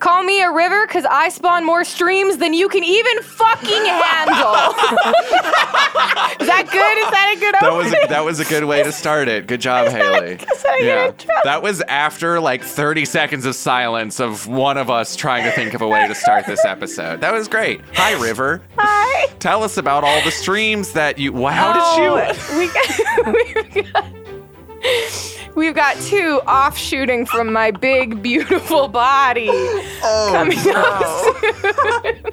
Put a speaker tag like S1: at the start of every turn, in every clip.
S1: Call me a river because I spawn more streams than you can even fucking handle. is that good? Is that a good
S2: That was
S1: opening?
S2: that was a good way to start it. Good job, Haley.
S1: guess I get in trouble.
S2: that was after like 30 seconds of silence of one of us trying to think of a way to start this episode. That was great. Hi, River.
S1: Hi.
S2: Tell us about all the streams that you. Wow, how did you?
S1: Oh, We got, we've got we've got two offshooting from my big beautiful body
S3: Oh,
S1: coming up soon.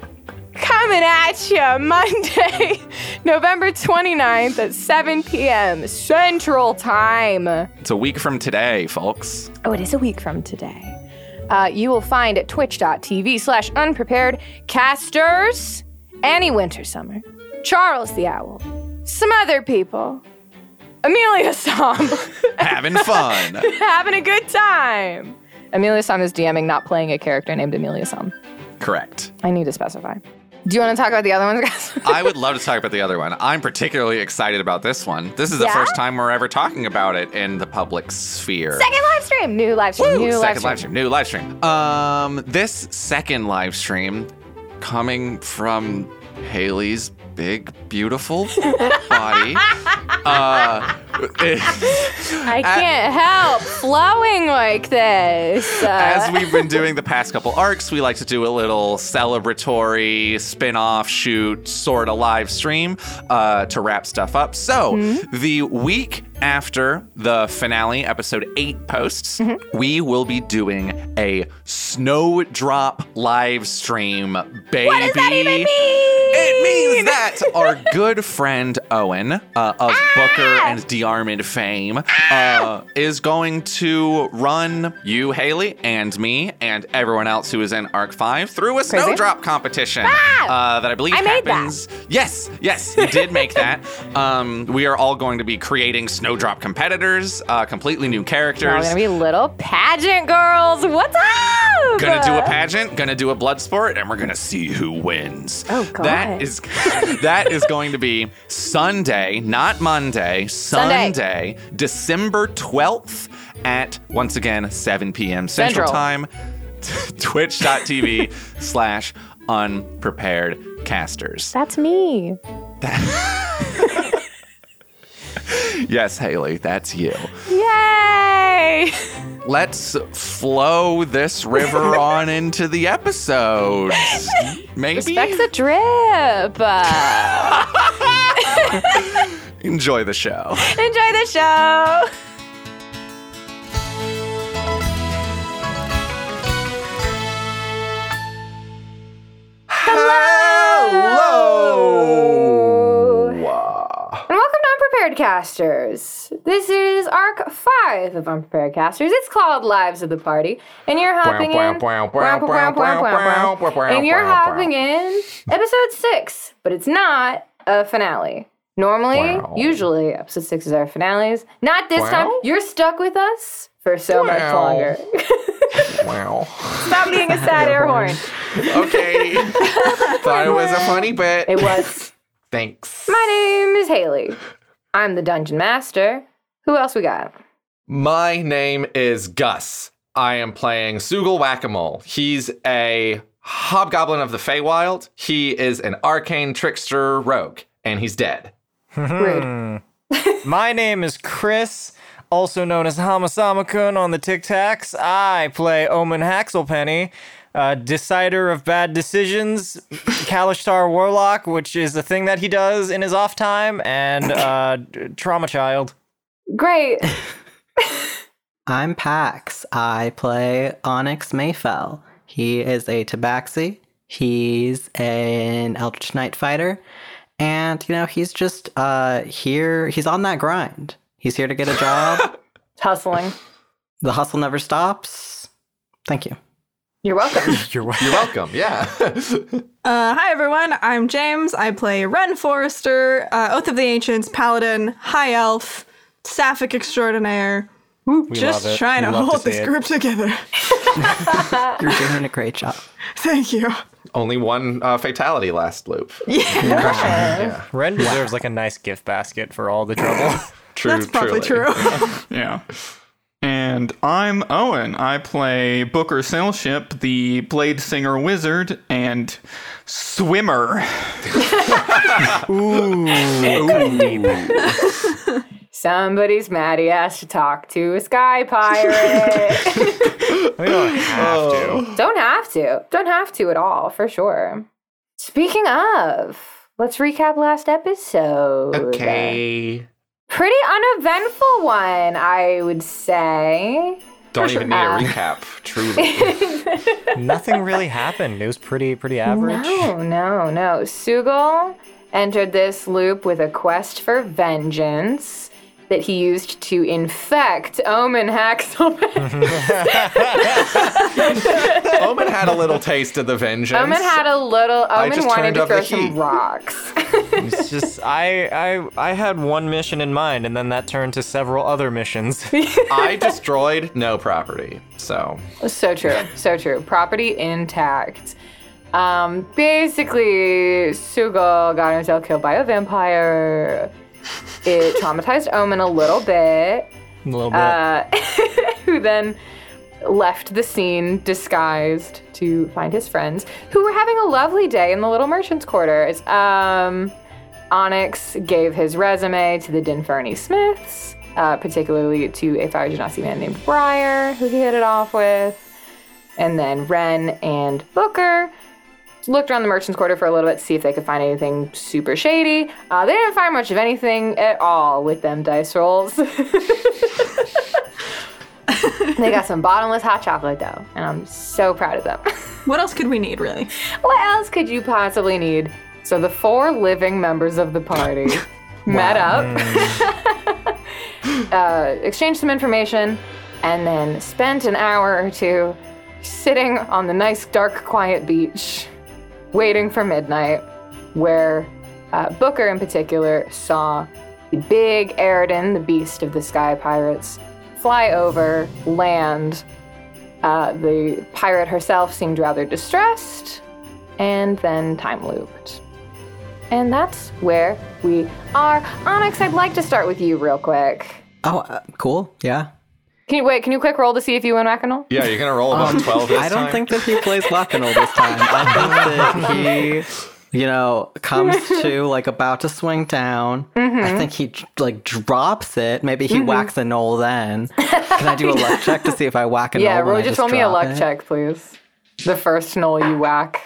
S1: Coming at you Monday, November 29th at 7 p.m. Central Time.
S2: It's a week from today, folks.
S1: Oh, it is a week from today. Uh, you will find at twitch.tv slash unprepared casters, Annie Wintersummer, Charles the Owl, some other people, Amelia Som,
S2: Having fun.
S1: having a good time. Amelia Som is DMing, not playing a character named Amelia Som.
S2: Correct.
S1: I need to specify. Do you want to talk about the other ones, guys?
S2: I would love to talk about the other one. I'm particularly excited about this one. This is the
S1: Yeah?
S2: first time we're ever talking about it in the public sphere.
S1: second live stream, new live stream,
S2: Woo!
S1: new live
S2: second
S1: stream.
S2: live stream. New live stream. Um, this second live stream coming from Haley's big, beautiful body. Uh,
S1: I can't help flowing like this. Uh,
S2: as we've been doing the past couple arcs, we like to do a little celebratory spin-off shoot sort of live stream uh, to wrap stuff up. So the week after the finale, episode eight posts, we will be doing a snowdrop live stream, baby. What does that even mean? It means that our good friend Owen uh, of
S1: Ah!
S2: Booker and DeArmond fame uh, is going to run you, Haley, and me, and everyone else who is in Arc 5 through a snowdrop competition uh, that I believe
S1: Ah! I made that.
S2: happens. Yes, yes, you did make that. Um, we are all going to be creating snowdrop competitors, uh, completely new
S1: we're all
S2: characters.
S1: gonna be little pageant girls. What's up?
S2: Gonna do a pageant, gonna do a blood sport, and we're gonna see who wins.
S1: Oh, God.
S2: That is that is going to be Sunday, not Monday, Sunday, December 12th at once again 7 p.m. Central,
S1: Central.
S2: Time. Twitch.tv slash unprepared casters.
S1: That's me.
S2: Yes, Haley, that's you.
S1: Yay!
S2: Let's flow this river on into the episode. Maybe
S1: Respect the drip. Uh,
S2: enjoy the show.
S1: enjoy the show.
S2: Hello.
S1: And welcome to Unprepared Preparedcasters. This is arc five of Unprepared Casters. It's called Lives of the Party, and you're hopping in. and you're hopping in episode six, but it's not a finale. Normally, usually, episode six is our finales. Not this time. You're stuck with us for so much longer.
S2: Wow.
S1: Stop being a sad air horn.
S2: Okay. Thought it was a funny bit.
S1: It was.
S2: Thanks.
S1: My name is Haley. I'm the dungeon master. Who else we got?
S2: My name is Gus. I am playing Sugal Whack-A-Mole. He's a hobgoblin of the Feywild. He is an arcane trickster rogue, and he's dead.
S1: Rude.
S3: Hmm. My name is Chris, also known as Hamasamakun on the Tic Tacs. I play Omen Haxelpenny, uh, decider of bad decisions, Kalishtar Warlock, which is a thing that he does in his off time, and uh, d- Trauma Child.
S1: Great.
S4: I'm Pax. I play Onyx Mayfell. He is a Tabaxi. He's an Eldritch Knight fighter. And, you know, he's just uh, here. He's on that grind. He's here to get a job.
S1: Hustling.
S4: the hustle never stops. Thank you.
S1: You're welcome.
S3: You're
S2: You're welcome. Yeah.
S5: Uh, hi everyone, I'm James. I play Ren Forrester, uh, Oath of the Ancients, Paladin, High Elf, Sapphic Extraordinaire. Just
S3: love it.
S5: trying to
S3: We love to
S5: hold
S3: see
S5: this
S3: it.
S5: group together.
S1: Uh,
S4: You're doing a great job.
S5: Thank you.
S2: Only one uh, fatality last loop. Yeah.
S3: Ren deserves like a nice gift basket for all the trouble.
S2: True.
S5: That's probably
S2: truly.
S5: true.
S6: Yeah. And I'm Owen. I play Booker Sailship, the Blade Singer Wizard, and Swimmer.
S1: Somebody's Maddie has to talk to a sky pirate.
S3: we don't have
S6: Oh,
S3: to.
S1: Don't have to. Don't have to at all, for sure. Speaking of, let's recap last episode.
S2: Okay.
S1: Pretty uneventful one, I would say.
S2: Don't even need
S1: Uh,
S2: a recap. Truly.
S3: Nothing really happened. It was pretty pretty average.
S1: No, no, no. Sugal entered this loop with a quest for vengeance that he used to infect Omen Haxelman.
S2: Omen had a little taste of the vengeance.
S1: Omen had a little. Omen
S2: just
S1: wanted
S2: turned
S1: to
S2: up the
S1: throw some
S2: heat.
S1: rocks.
S3: It's just I I I had one mission in mind, and then that turned to several other missions.
S2: I destroyed no property. So
S1: So true. So true. Property intact. Um, basically, Sugal got himself killed by a vampire. It traumatized Omen a little bit,
S3: A little bit.
S4: Uh,
S1: Uh, who then left the scene disguised to find his friends, who were having a lovely day in the Little Merchants Quarters. Um, Onyx gave his resume to the Dinferny Smiths, uh, particularly to a fire genasi man named Briar, who he hit it off with. And then Ren and Booker looked around the merchant's quarter for a little bit to see if they could find anything super shady. Uh, they didn't find much of anything at all with them dice rolls. they got some bottomless hot chocolate though, and I'm so proud of them.
S5: what else could we need, really?
S1: what else could you possibly need? So the four living members of the party met up,
S3: Mm,
S1: uh, exchanged some information, and then spent an hour or two sitting on the nice, dark, quiet beach, waiting for midnight, where uh, Booker in particular saw the big Aridin, the beast of the sky pirates, fly over, land. Uh, the pirate herself seemed rather distressed and then time looped. And that's where we are. Onyx, I'd like to start with you real quick.
S4: Oh, uh, cool. Yeah.
S1: Can you wait? Can you quick roll to see if you win Rackernol?
S2: yeah, you're gonna roll above twelve. This
S4: um, I don't
S2: time?
S4: think that he plays Lockinol this time. I think that he, you know, comes to like about to swing down.
S1: Mm-hmm.
S4: I think he like drops it. Maybe he whacks a knoll then. Can I do a luck check to see if I whack a
S1: Yeah,
S4: knoll?
S1: roll,
S4: when I
S1: just roll me a
S4: drop
S1: luck
S4: it?
S1: check, please. The first knoll you whack.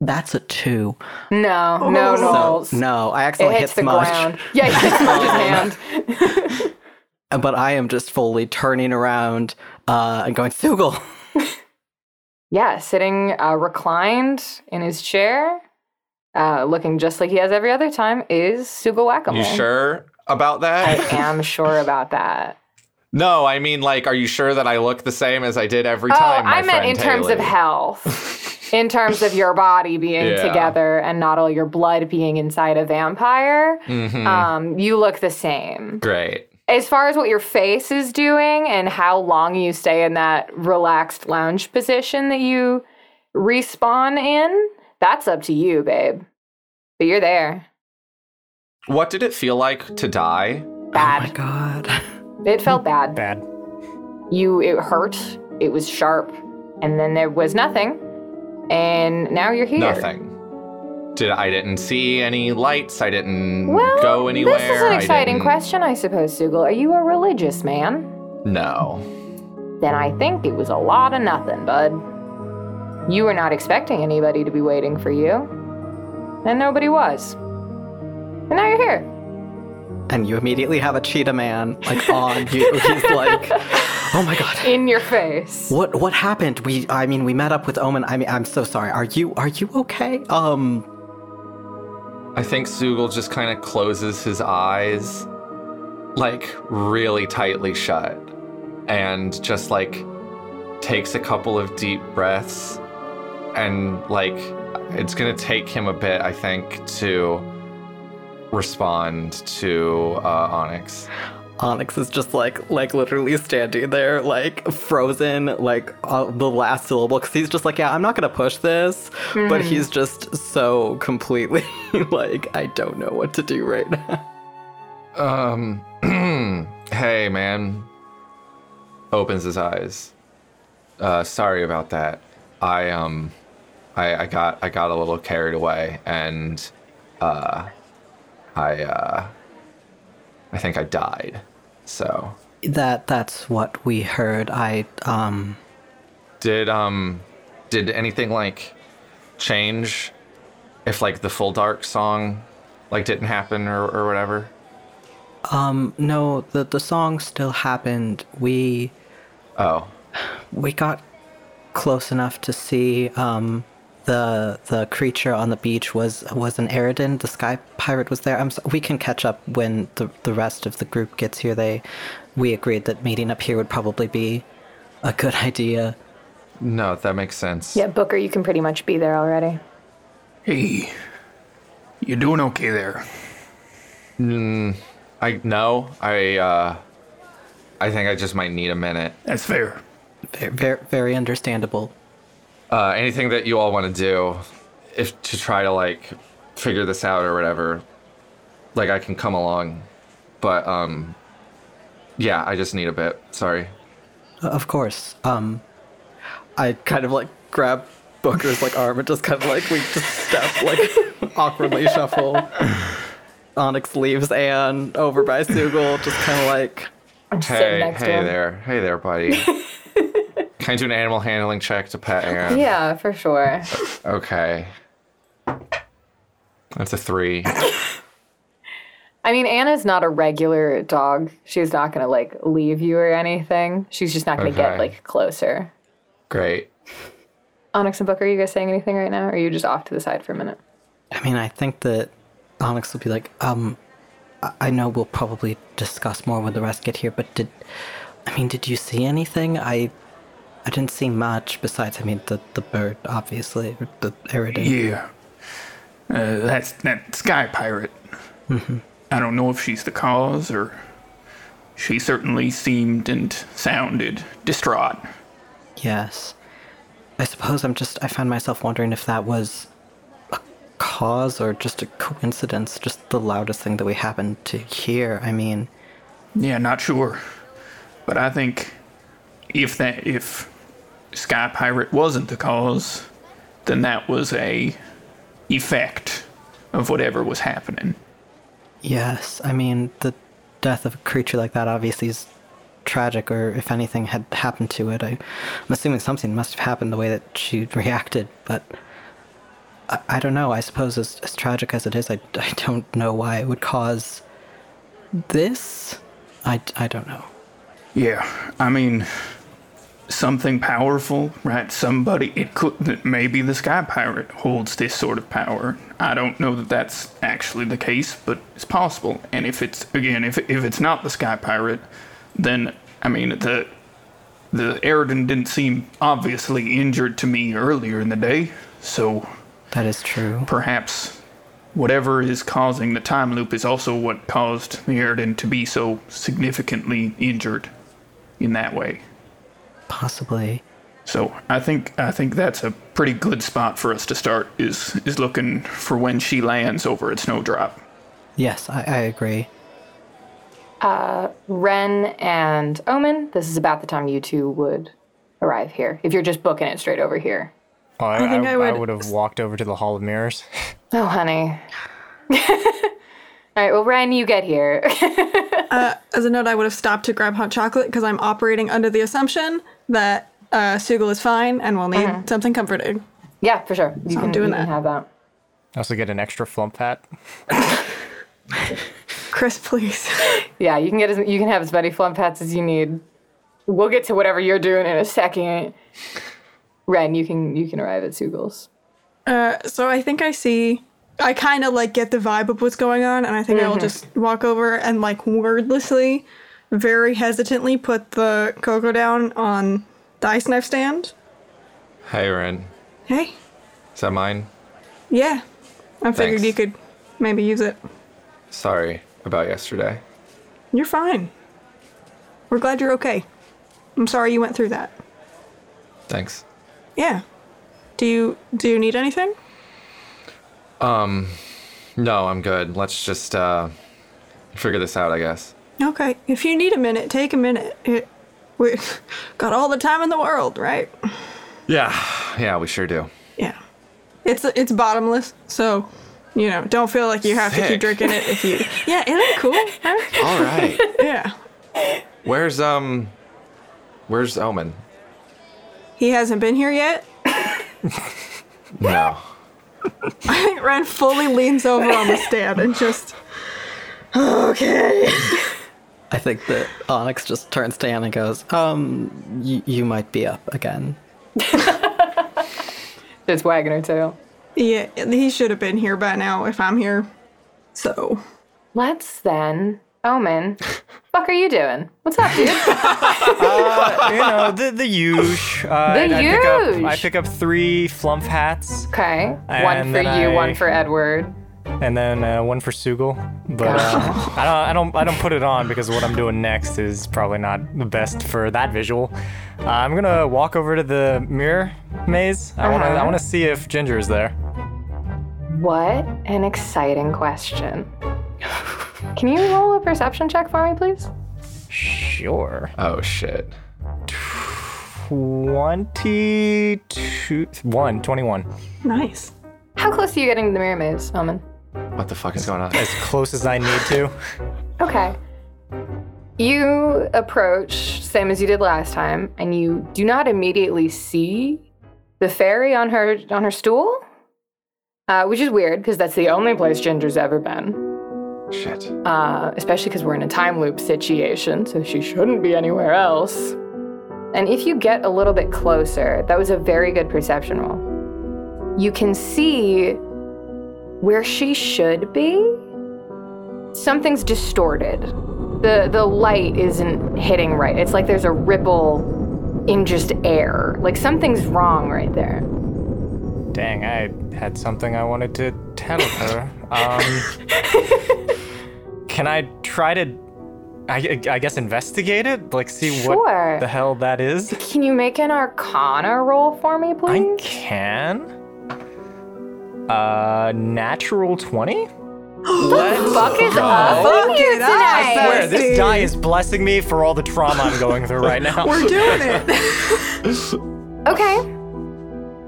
S4: That's a two.
S1: No,
S4: Oh.
S1: no
S4: So
S1: knolls.
S4: no, I
S1: it
S4: accidentally
S1: hits
S4: hit
S1: the
S4: Smudge,
S1: ground. Yeah, it hits Smudge's hand.
S4: but I am just fully turning around uh, and going Sugal.
S1: Yeah, sitting uh, reclined in his chair, uh, looking just like he has every other time, is Sugal Whack-A-Mole.
S2: You sure? about that?
S1: I am sure about that.
S2: no, I mean, like, are you sure that I look the same as I did every time?
S1: oh,
S2: my
S1: I meant in
S2: friend
S1: terms of
S2: Haley?
S1: health, in terms of your body being
S2: Yeah.
S1: together and not all your blood being inside a vampire.
S2: Mhm.
S1: Um, you look the same.
S2: Great.
S1: As far as what your face is doing and how long you stay in that relaxed lounge position that you respawn in, that's up to you, babe. But you're there.
S2: What did it feel like to die?
S1: Bad.
S4: Oh my god.
S1: It felt bad.
S3: Bad.
S1: You it hurt. It was sharp. And then there was nothing. And now you're here.
S2: Nothing. Did I didn't see any lights? I didn't
S1: Well,
S2: go anywhere.
S1: this is an
S2: I
S1: exciting
S2: didn't-
S1: question, I suppose, Sugal. Are you a religious man?
S2: No.
S1: Then I think it was a lot of nothing, bud. You were not expecting anybody to be waiting for you. And nobody was. And now you're here.
S4: And you immediately have a cheetah man like on you. He's like, oh my god.
S1: In your face.
S4: What what happened? We I mean we met up with Omen. I mean I'm so sorry. Are you are you okay? Um
S2: I think Sugal just kind of closes his eyes, like really tightly shut, and just like takes a couple of deep breaths. And like, it's gonna take him a bit, I think, to respond to uh, Onyx.
S4: Onyx is just like like literally standing there like frozen like on the last syllable cuz he's just like yeah, I'm not going to push this, but he's just so completely like I don't know what to do right now.
S2: Um, hey, man. Opens his eyes. Uh, sorry about that. I um, I, I got I got a little carried away, and uh, I uh, I think I died. So
S4: That that's what we heard. I um
S2: did um, did anything like change if like the full dark song like didn't happen or or whatever?
S4: um no, the the song still happened. We
S2: Oh,
S4: we got close enough to see um, the the creature on the beach was was an Eridan. The sky pirate was there. I'm so, we can catch up when the the rest of the group gets here. They we agreed that meeting up here would probably be a good idea.
S2: no, that makes sense.
S1: Yeah, Booker, you can pretty much be there already.
S6: Hey, you doing okay there?
S2: Mm, I no, I uh I think I just might need a minute.
S6: That's fair.
S4: Very very, very understandable.
S2: Uh anything that you all want to do if to try to like figure this out or whatever. Like I can come along. But um yeah, I just need a bit. Sorry.
S4: Of course. Um, I kind of like grab Booker's like arm and just kind of like we just step like awkwardly shuffle. Onyx leaves Anne over by Sugal, just kind of like
S1: sitting
S2: Hey,
S1: next to
S2: hey
S1: him.
S2: there. Hey there, buddy. Can I do an animal handling check to pet Anne?
S1: Yeah, for sure.
S2: Okay. That's a three.
S1: I mean, Anna's not a regular dog. She's not gonna like leave you or anything. She's just not gonna
S2: Okay.
S1: get like closer.
S2: Great.
S1: Onyx and Booker, are you guys saying anything right now? Or are you just off to the side for a minute?
S4: I mean, I think that Onyx will be like, um, I- I know we'll probably discuss more when the rest get here, but did, I mean, did you see anything? I, I didn't see much besides, I mean, the, the bird, obviously, or the Eridan.
S6: Yeah. Uh, that's that sky pirate.
S3: Mm-hmm.
S6: I don't know if she's the cause or. She certainly seemed and sounded distraught.
S4: Yes. I suppose I'm just, I found myself wondering if that was a cause or just a coincidence, just the loudest thing that we happened to hear. I mean,
S6: Yeah, not sure. But I think if that if Sky Pirate wasn't the cause, then that was a effect of whatever was happening.
S4: Yes, I mean the death of a creature like that obviously is tragic. Or if anything had happened to it, I, I'm assuming something must have happened the way that she reacted. But I, I don't know. I suppose as, as tragic as it is, I, I don't know why it would cause this. I, I don't know.
S6: Yeah, I mean something powerful, right? Somebody, it could, maybe the Sky Pirate holds this sort of power. I don't know that that's actually the case, but it's possible. And if it's, again, if, if it's not the Sky Pirate, then, I mean, the, the Eridan didn't seem obviously injured to me earlier in the day, so
S4: That is true.
S6: perhaps whatever is causing the time loop is also what caused the Eridan to be so significantly injured in that way.
S4: Possibly.
S6: So I think I think that's a pretty good spot for us to start. Is is looking for when she lands over at Snowdrop.
S4: Yes, I, I agree.
S1: Uh, Ren and Omen, this is about the time you two would arrive here. If you're just booking it straight over here.
S3: Oh, I,
S5: think I
S3: I
S5: would-
S3: would have walked over to the Hall of Mirrors.
S1: Oh, honey. All right, well, Ren, you get here.
S5: Uh, As a note, I would have stopped to grab hot chocolate because I'm operating under the assumption that uh, Sugal is fine and will
S1: Uh-huh.
S5: need something comforting.
S1: yeah, for sure. You can,
S5: doing
S1: you can
S5: that.
S1: have that.
S3: I also get an extra flump hat.
S5: Chris, please.
S1: Yeah, you can get as you can have as many flump hats as you need. We'll get to whatever you're doing in a second. Ren, you can you can arrive at Sugal's.
S5: Uh, so I think I see. I kind of like get the vibe of what's going on, and I think I will just walk over and like wordlessly, very hesitantly put the cocoa down on the ice knife stand.
S2: Hey, Ren.
S5: Hey,
S2: Is that mine?
S5: yeah, I figured
S2: Thanks.
S5: you could maybe use it.
S2: Sorry about yesterday.
S5: You're fine. We're glad you're okay. I'm sorry you went through that.
S2: Thanks.
S5: Yeah. Do you do you need anything?
S2: Um, No, I'm good. Let's just uh, figure this out, I guess.
S5: Okay. If you need a minute, take a minute. It, we got all the time in the world, right?
S2: Yeah. Yeah, we sure do.
S5: Yeah. It's it's bottomless, so you know, don't feel like you have to
S2: Sick.
S5: keep drinking it if you Yeah, isn't it cool? Huh?
S2: All right.
S5: yeah.
S2: Where's um Where's Omen?
S5: He hasn't been here yet.
S2: No.
S5: I think Ren fully leans over on the stand and just Okay.
S4: I think that Onyx just turns to Anne and goes, um, y- you might be up again.
S1: Just wagging her tail.
S5: Yeah, he should have been here by now if I'm here. So
S1: Let's then, Omen. fuck, are you doing? What's up, dude?
S3: Uh, you know, the, the huge. Uh,
S1: The
S3: I, Pick up, I
S1: huge.
S3: pick up three flump hats
S1: Okay, one
S3: And
S1: for
S3: then
S1: you,
S3: I-
S1: one for Edward.
S3: and then uh, one for Sugal. But uh, I, don't, I don't I don't put it on because what I'm doing next is probably not the best for that visual. Uh, I'm gonna walk over to the mirror maze. I wanna
S1: Uh-huh.
S3: I wanna see if Ginger is there.
S1: What an exciting question. Can you roll a perception check for me, please?
S3: Sure.
S2: Oh shit.
S3: 22 1 21
S5: nice.
S1: How close are you getting to the mirror maze, Omen?
S2: What the fuck is going on?
S3: as close as I need to.
S1: Okay. You approach, same as you did last time, and you do not immediately see the fairy on her on her stool, uh, which is weird because that's the only place Ginger's ever been.
S2: Shit.
S1: Uh, especially because we're in a time loop situation, so she shouldn't be anywhere else. And if you get a little bit closer, that was a very good perception roll. You can see where she should be. Something's distorted. The the light isn't hitting right. It's like there's a ripple in just air. Like something's wrong right there.
S3: Dang, I had something I wanted to tell her. Um, can I try to, I, I guess, investigate it? Like, see
S1: Sure.
S3: what the hell that is?
S1: Can you make an arcana roll for me,
S3: I
S1: please?
S3: can. Uh, natural 20?
S1: Fuck is up with you tonight.
S3: Where? This die is blessing me for all the trauma I'm going through right now.
S5: We're doing it.
S1: Okay.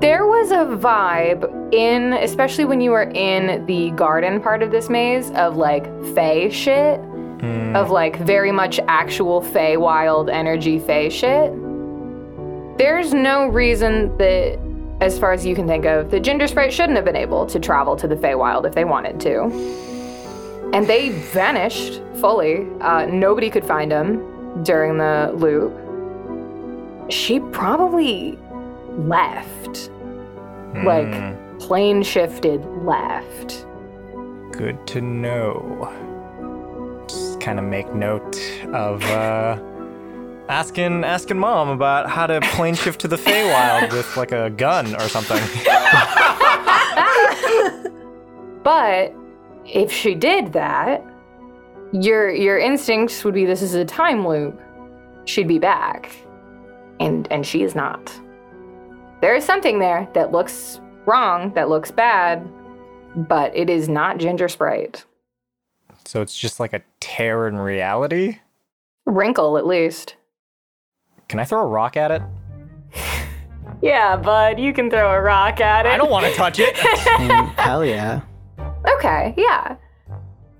S1: There was a vibe in, especially when you were in the garden part of this maze, of like fey shit,
S5: Mm,
S1: of like very much actual fey wild energy fey shit. There's no reason that, as far as you can think of, the Ginger Sprite shouldn't have been able to travel to the Feywild if they wanted to. And they vanished fully. Uh, nobody could find them during the loop. she probably left.
S3: Hmm.
S1: Like, plane shifted left.
S3: Good to know. Just kind of make note of uh, asking asking mom about how to plane shift to the Feywild with like a gun or something.
S1: But if she did that, your your instincts would be this is a time loop. She'd be back. And and she is not. There is something there that looks wrong, that looks bad, but it is not Ginger Sprite.
S3: so it's just like a tear in reality.
S1: Wrinkle at least.
S3: Can I throw a rock at it?
S1: Yeah, bud, you can throw a rock at it.
S3: I don't want to touch it.
S4: Mm, Hell yeah.
S1: Okay, yeah.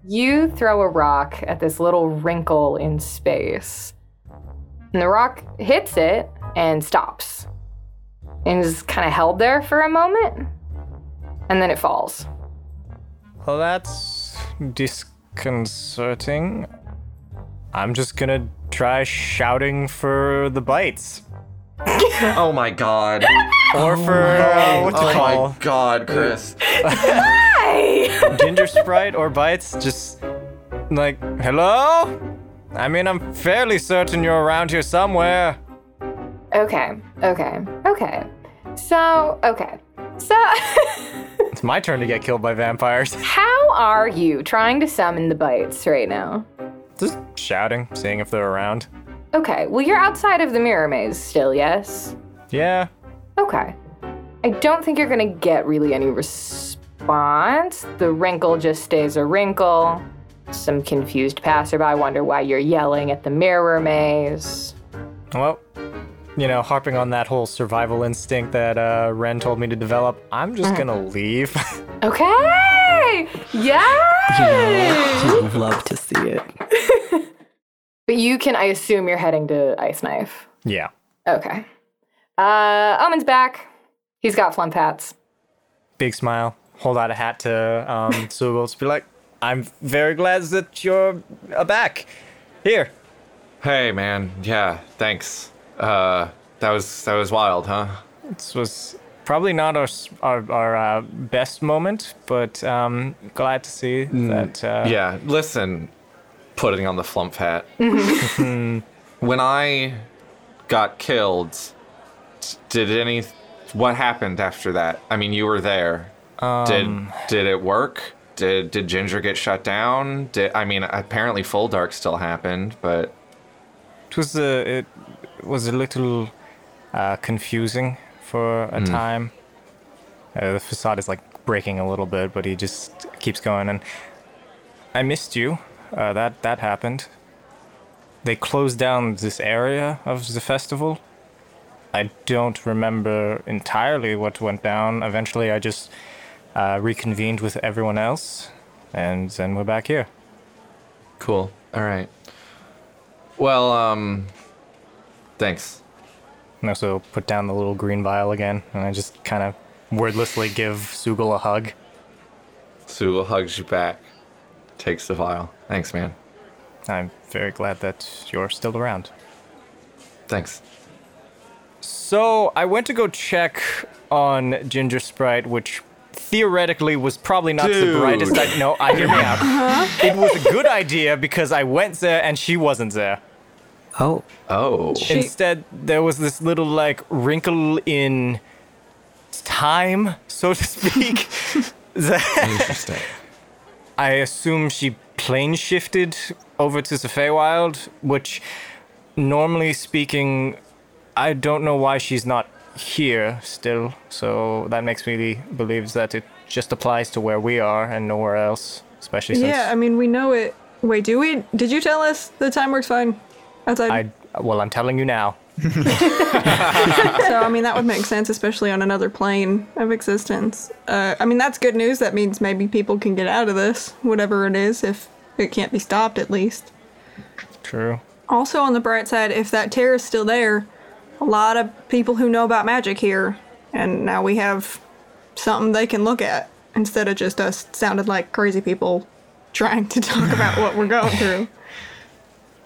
S1: You throw a rock at this little wrinkle in space, and the rock hits it and stops. And is kind of held there for a moment, and then it falls.
S3: Well, that's disconcerting. I'm just gonna try shouting for the bites.
S2: Oh my god.
S3: Or for, uh, what's
S2: oh
S3: it
S2: my
S3: called?
S2: god, Chris.
S3: Ginger Sprite or bites? Just like, hello? I mean, I'm fairly certain you're around here somewhere.
S1: Okay, okay, okay. So, okay. So,
S3: It's my turn to get killed by vampires.
S1: how are you trying to summon the bites right now?
S3: just shouting, seeing if they're around.
S1: Okay, well, you're outside of the mirror maze still, yes?
S3: Yeah,
S1: Okay. I don't think you're gonna get really any response. The wrinkle just stays a wrinkle. Some confused passerby wonder why you're yelling at the mirror maze.
S3: Well, you know, harping on that whole survival instinct that uh, Ren told me to develop, I'm just gonna leave.
S1: Okay! Yes!
S4: I'd love to see it.
S1: but you can, I assume you're heading to Ice Knife.
S3: yeah.
S1: Okay. Uh, Omen's back. He's got flump hats.
S3: Big smile, hold out a hat to um, Sugel, just be like, I'm very glad that you're uh, back. Here.
S2: Hey man, yeah, thanks. Uh that was that was wild, huh?
S3: This was probably not our, s- our, our uh, best moment, but um, glad to see that. Uh,
S2: Mm. Yeah, listen, putting on the flump hat. when I got killed, t- did any what happened after that? I mean, you were there. did did it work? Did did Ginger get shut down? Did I mean, apparently full dark still happened, but
S3: It was a, it was a little uh, confusing for
S2: Hmm.
S3: a time. Uh, the facade is like breaking a little bit, but he just keeps going. And I missed you. Uh, that that happened. They closed down this area of the festival. I don't remember entirely what went down. Eventually, I just uh, reconvened with everyone else, and then we're back here.
S2: cool. All right. Well, um thanks.
S3: And also put down the little green vial again, and I just kind of wordlessly give Sugal a hug.
S2: Sula hugs you back. Takes the vial. Thanks, man.
S3: I'm very glad that you're still around.
S2: Thanks.
S3: So I went to go check on Ginger Sprite, which theoretically was probably not the
S2: Dude.
S3: brightest. I- no, I hear me out. it was a good idea because I went there and she wasn't there.
S4: Oh,
S2: Oh.
S3: Instead, there was this little like wrinkle in time, so to speak. that-
S2: Interesting.
S3: I assume she plane shifted over to the Feywild, which, normally speaking, I don't know why she's not here still. So that makes me believe that it just applies to where we are and nowhere else, especially since
S5: Yeah, I mean, we know it. Wait, do we? Did you tell us the time works fine outside?
S3: I. Well, I'm telling you now.
S5: so I mean, that would make sense, especially on another plane of existence. Uh, I mean, that's good news. That means maybe people can get out of this, whatever it is, if it can't be stopped at least.
S3: True.
S5: Also, on the bright side, if that tear is still there, a lot of people who know about magic here, and now we have something they can look at instead of just us sounding like crazy people trying to talk about what we're going through.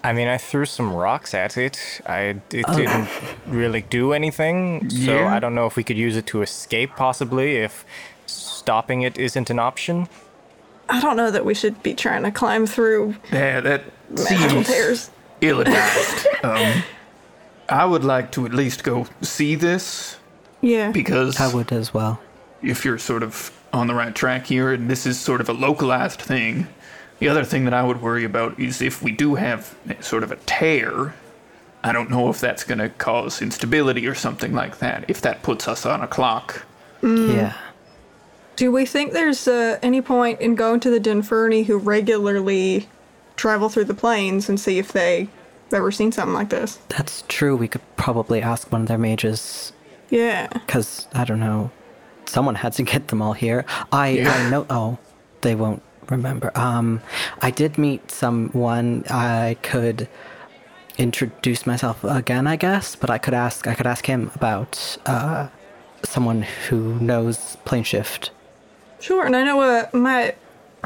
S3: I mean, I threw some rocks at it. I it didn't really do anything, so
S6: Yeah.
S3: I don't know if we could use it to escape. Possibly, if stopping it isn't an option.
S5: I don't know that we should be trying to climb through
S6: Yeah, that
S5: magical
S6: seems
S5: tears.
S6: ill-advised. um, I would like to at least go see this
S5: Yeah.
S6: because
S4: I would as well.
S6: if you're sort of on the right track here, and this is sort of a localized thing. The other thing that I would worry about is if we do have sort of a tear, I don't know if that's going to cause instability or something like that, if that puts us on a clock.
S4: Yeah.
S5: Mm. Do we think there's uh, any point in going to the Denferni who regularly travel through the plains and see if they have ever seen something like this?
S4: That's true. We could probably ask one of their mages
S5: Yeah.
S4: because I don't know. Someone had to get them all here. I I know. Oh, they won't remember. Um, I did meet someone. I could introduce myself again, I guess. But I could ask. I could ask him about uh, someone who knows plane shift.
S5: Sure. And I know uh, my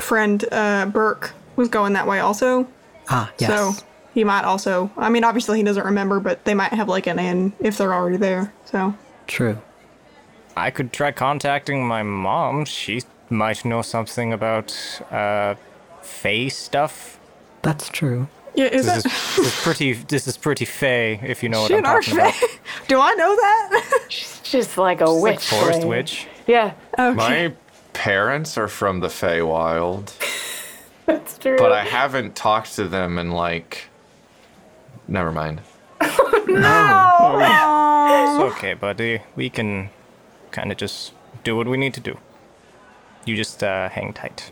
S5: friend uh, Burke was going that way also.
S4: Ah, yes.
S5: So he might also, I mean, obviously he doesn't remember, but they might have like an in if they're already there. So
S4: True.
S3: I could try contacting my mom. She might know something about uh, Fey stuff.
S4: That's true.
S5: yeah, is
S3: This
S5: that
S3: is, this is pretty. This is pretty Fey, if you know what
S5: shit
S3: I'm talking about.
S5: Archfey? Do I know that?
S1: Just like a
S3: Like
S1: witch.
S3: forest
S1: blade.
S3: witch.
S1: Yeah,
S5: Oh,
S2: My parents are from the Feywild,
S1: that's true.
S2: but I haven't talked to them in like. Never mind.
S3: Oh, It's okay, buddy. We can kind of just do what we need to do. You just uh, hang tight.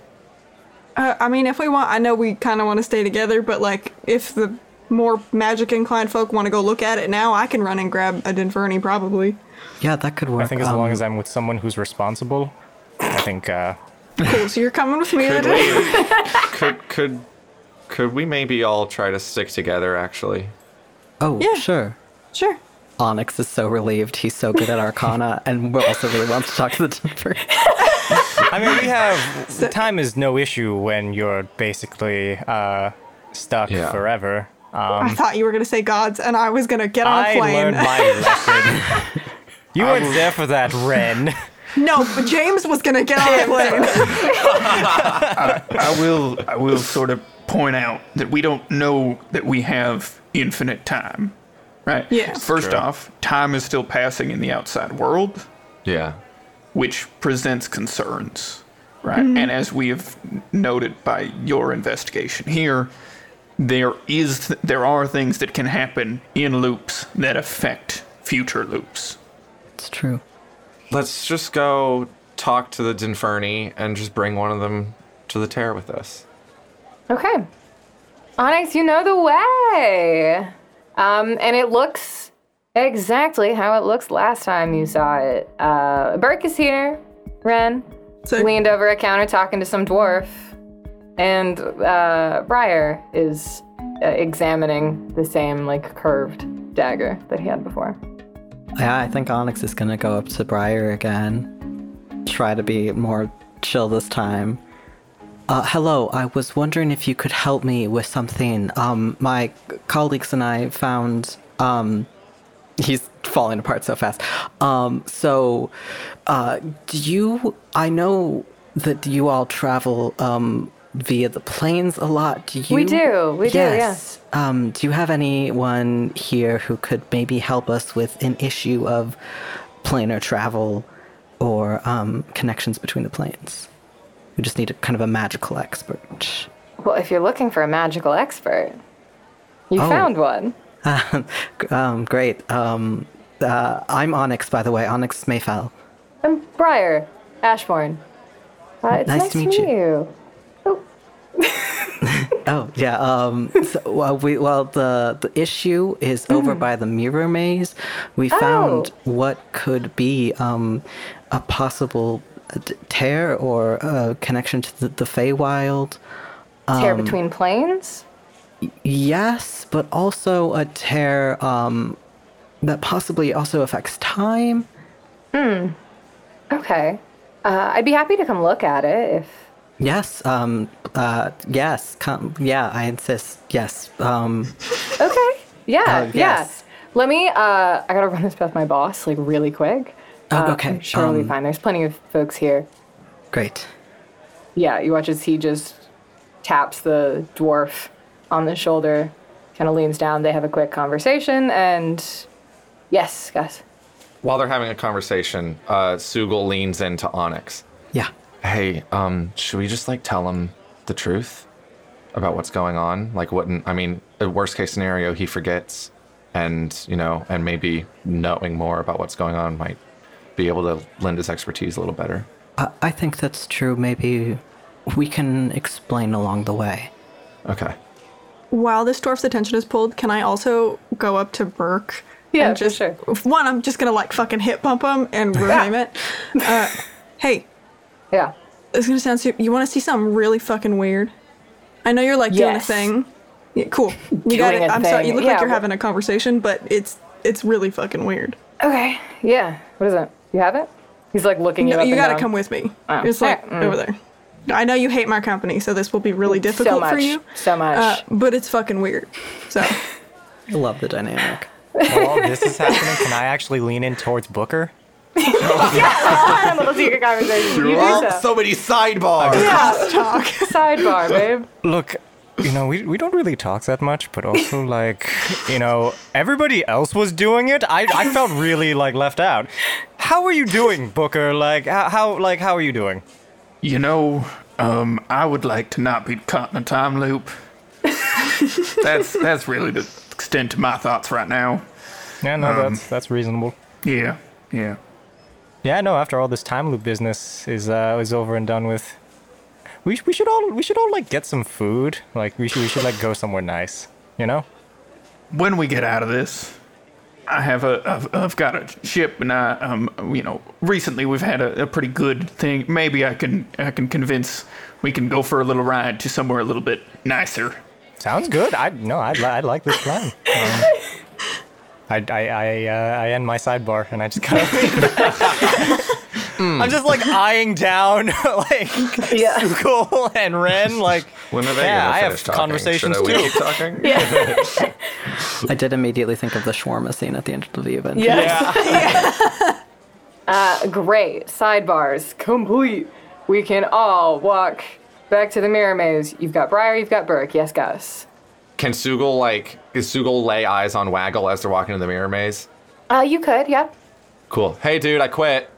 S5: Uh, I mean, if we want, I know we kind of want to stay together, but like, if the more magic inclined folk want to go look at it now, I can run and grab a Denverni probably.
S4: Yeah, that could work.
S3: I think as long
S4: Um,
S3: as I'm with someone who's responsible, I think. Uh,
S5: Cool. So you're coming with me
S2: Could
S5: today?
S2: we, could, could, could we maybe all try to stick together, actually?
S4: Oh,
S5: Yeah.
S4: sure.
S5: Sure.
S4: Onyx is so relieved. He's so good at Arcana, and we also really want to talk to the Temper.
S3: I mean, we have time is no issue when you're basically uh, stuck
S2: Yeah.
S3: forever. Um,
S5: I thought you were gonna say gods, and I was gonna get on a
S3: I learned
S5: plane.
S3: my lesson. You weren't there for that, Ren.
S5: no, but James was gonna get on a plane.
S6: I will I will sort of point out that we don't know that we have infinite time. Right?
S5: Yeah.
S6: First off, time is still passing in the outside world,
S2: Yeah.
S6: which presents concerns. Right? And as we have noted by your investigation here, there is there are things that can happen in loops that affect future loops.
S4: it's true.
S2: Let's just go talk to the Dinferni and just bring one of them to the tear with us.
S1: Okay. Onyx, you know the way. Um, and it looks exactly how it looks last time you saw it. Uh, Burke is here, Ren,
S5: So-
S1: leaned over a counter talking to some dwarf. And uh, Briar is uh, examining the same, like, curved dagger that he had before.
S4: Yeah, I think Onyx is gonna go up to Briar again. Try to be more chill this time. Uh, hello, I was wondering if you could help me with something. Um, my colleagues and I found, um, he's falling apart so fast. Um, so, uh, do you, I know that you all travel, um, via the planes a lot. Do you?
S1: We do, we do, yeah.
S4: yes. Um, do you have anyone here who could maybe help us with an issue of planar travel or um, connections between the planes? We just need a kind of a magical expert.
S1: Well, if you're looking for a magical expert, you
S4: Oh.
S1: found one.
S4: um, great. Um, uh, I'm Onyx, by the way. Onyx Mayfell.
S1: I'm Briar Ashbourne. Uh, it's nice, to meet you.
S4: Oh yeah. Um, so, well, we well the the issue is
S1: Hmm.
S4: over by the mirror maze. We found
S1: Oh.
S4: what could be um, a possible d- tear or a connection to the, the Feywild.
S1: Tear
S4: Um,
S1: between planes?
S4: Yes, but also a tear um, that possibly also affects time.
S1: Hmm. Okay. Uh, I'd be happy to come look at it if
S4: Yes. Um. Uh. Yes. Come. Yeah. I insist. Yes. Um.
S1: Okay. Yeah.
S4: Uh,
S1: yeah.
S4: yes.
S1: Let me. Uh, I gotta run this past my boss like really quick.
S4: Oh,
S1: Uh,
S4: okay,
S1: I'm sure it'll be
S4: um,
S1: fine. There's plenty of folks here.
S4: Great.
S1: Yeah. You watch as he just taps the dwarf on the shoulder, kind of leans down. They have a quick conversation, and yes, Gus.
S2: While they're having a conversation, uh, Sugal leans into Onyx.
S4: Yeah.
S2: Hey, um, should we just like tell him the truth about what's going on? Like, wouldn't I mean, uh, worst case scenario, he forgets, and you know, and maybe knowing more about what's going on might be able to lend his expertise a little better.
S4: I, I think that's true. Maybe we can explain along the way.
S2: Okay.
S5: While this dwarf's attention is pulled, can I also go up to Burke?
S1: Yeah,
S5: and
S1: for
S5: just,
S1: sure.
S5: One, I'm just gonna like fucking hit bump him and rename it. Uh, hey,
S1: Yeah.
S5: it's gonna sound super. You want to see something really fucking weird? I know you're like doing a
S1: Yes.
S5: thing. Yeah, cool. You got
S1: Doing
S5: it.
S1: a
S5: I'm sorry. You
S1: thing.
S5: look
S1: Yeah,
S5: like you're
S1: wha-
S5: having a conversation, but it's it's really fucking weird.
S1: Okay. Yeah. What is it? You have it? He's like looking you
S5: No,
S1: up.
S5: you
S1: and
S5: gotta
S1: down.
S5: come with me. It's like
S1: Alright, mm.
S5: over there. I know you hate my company, so this will be really difficult
S1: so much.
S5: for you.
S1: So much.
S5: Uh, but it's fucking weird. So
S4: I love the dynamic.
S3: While all this is happening, can I actually lean in towards Booker?
S1: a little secret conversation. You do so.
S2: many sidebars.
S1: Sidebar, babe.
S3: Look, you know, we, we don't really talk that much, but also, like, you know, everybody else was doing it. I, I felt really, like, left out. How are you doing, Booker? Like, how, how like, how are you doing?
S6: You know, um, I would like to not be caught in a time loop. that's that's really the extent of my thoughts right now. Um,
S3: Yeah, no, that's, that's reasonable.
S6: Yeah, yeah.
S3: Yeah, no. After all this time loop business is uh, is over and done with, we, sh- we should all we should all like get some food. Like we should we should like go somewhere nice. You know?
S6: When we get out of this, I have a I've, I've got a ship, and I um you know recently we've had a, a pretty good thing. Maybe I can I can convince we can go for a little ride to somewhere a little bit nicer.
S3: Sounds good. I no, I li- I like this plan. Um, I I I, uh, I end my sidebar and I just kind of. Hmm. I'm just like eyeing down like
S1: Yeah.
S3: Sukul and Ren. Like,
S2: When are they
S3: yeah,
S2: gonna
S3: I have
S2: finish talking?
S3: conversations
S2: Should I
S3: too.
S2: keep talking?
S4: I did immediately think of the shawarma scene at the end of the event.
S3: Yeah.
S1: Uh, Great. Sidebars complete. We can all walk back to the mirror maze. You've got Briar, you've got Burke. Yes, Gus.
S2: Can Sugal like is Sugal lay eyes on Waggle as they're walking to the mirror maze?
S1: Uh, you could, yeah.
S2: Cool. Hey, dude, I quit.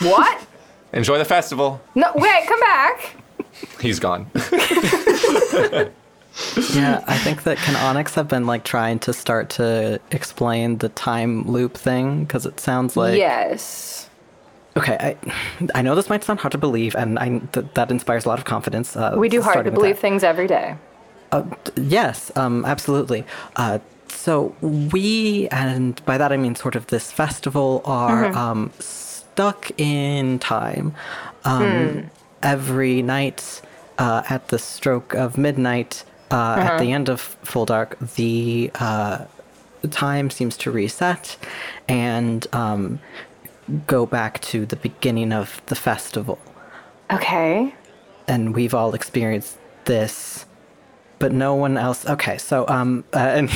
S1: What?
S2: Enjoy the festival.
S1: No, wait, come back.
S2: He's gone.
S4: Yeah, I think that Canonics have been like trying to start to explain the time loop thing because it sounds like
S1: yes.
S4: Okay, I I know this might sound hard to believe, and I th- that inspires a lot of confidence. Uh,
S1: We do hard to
S4: starting with
S1: believe
S4: that.
S1: things every day.
S4: Uh, Yes, um, absolutely. Uh, so we, and by that I mean sort of this festival, are um, stuck in time. Um, Every night uh, at the stroke of midnight, uh, at the end of full dark, the uh, time seems to reset and um, go back to the beginning of the festival
S1: Okay.
S4: and we've all experienced this, but no one else. Okay, so um, uh, and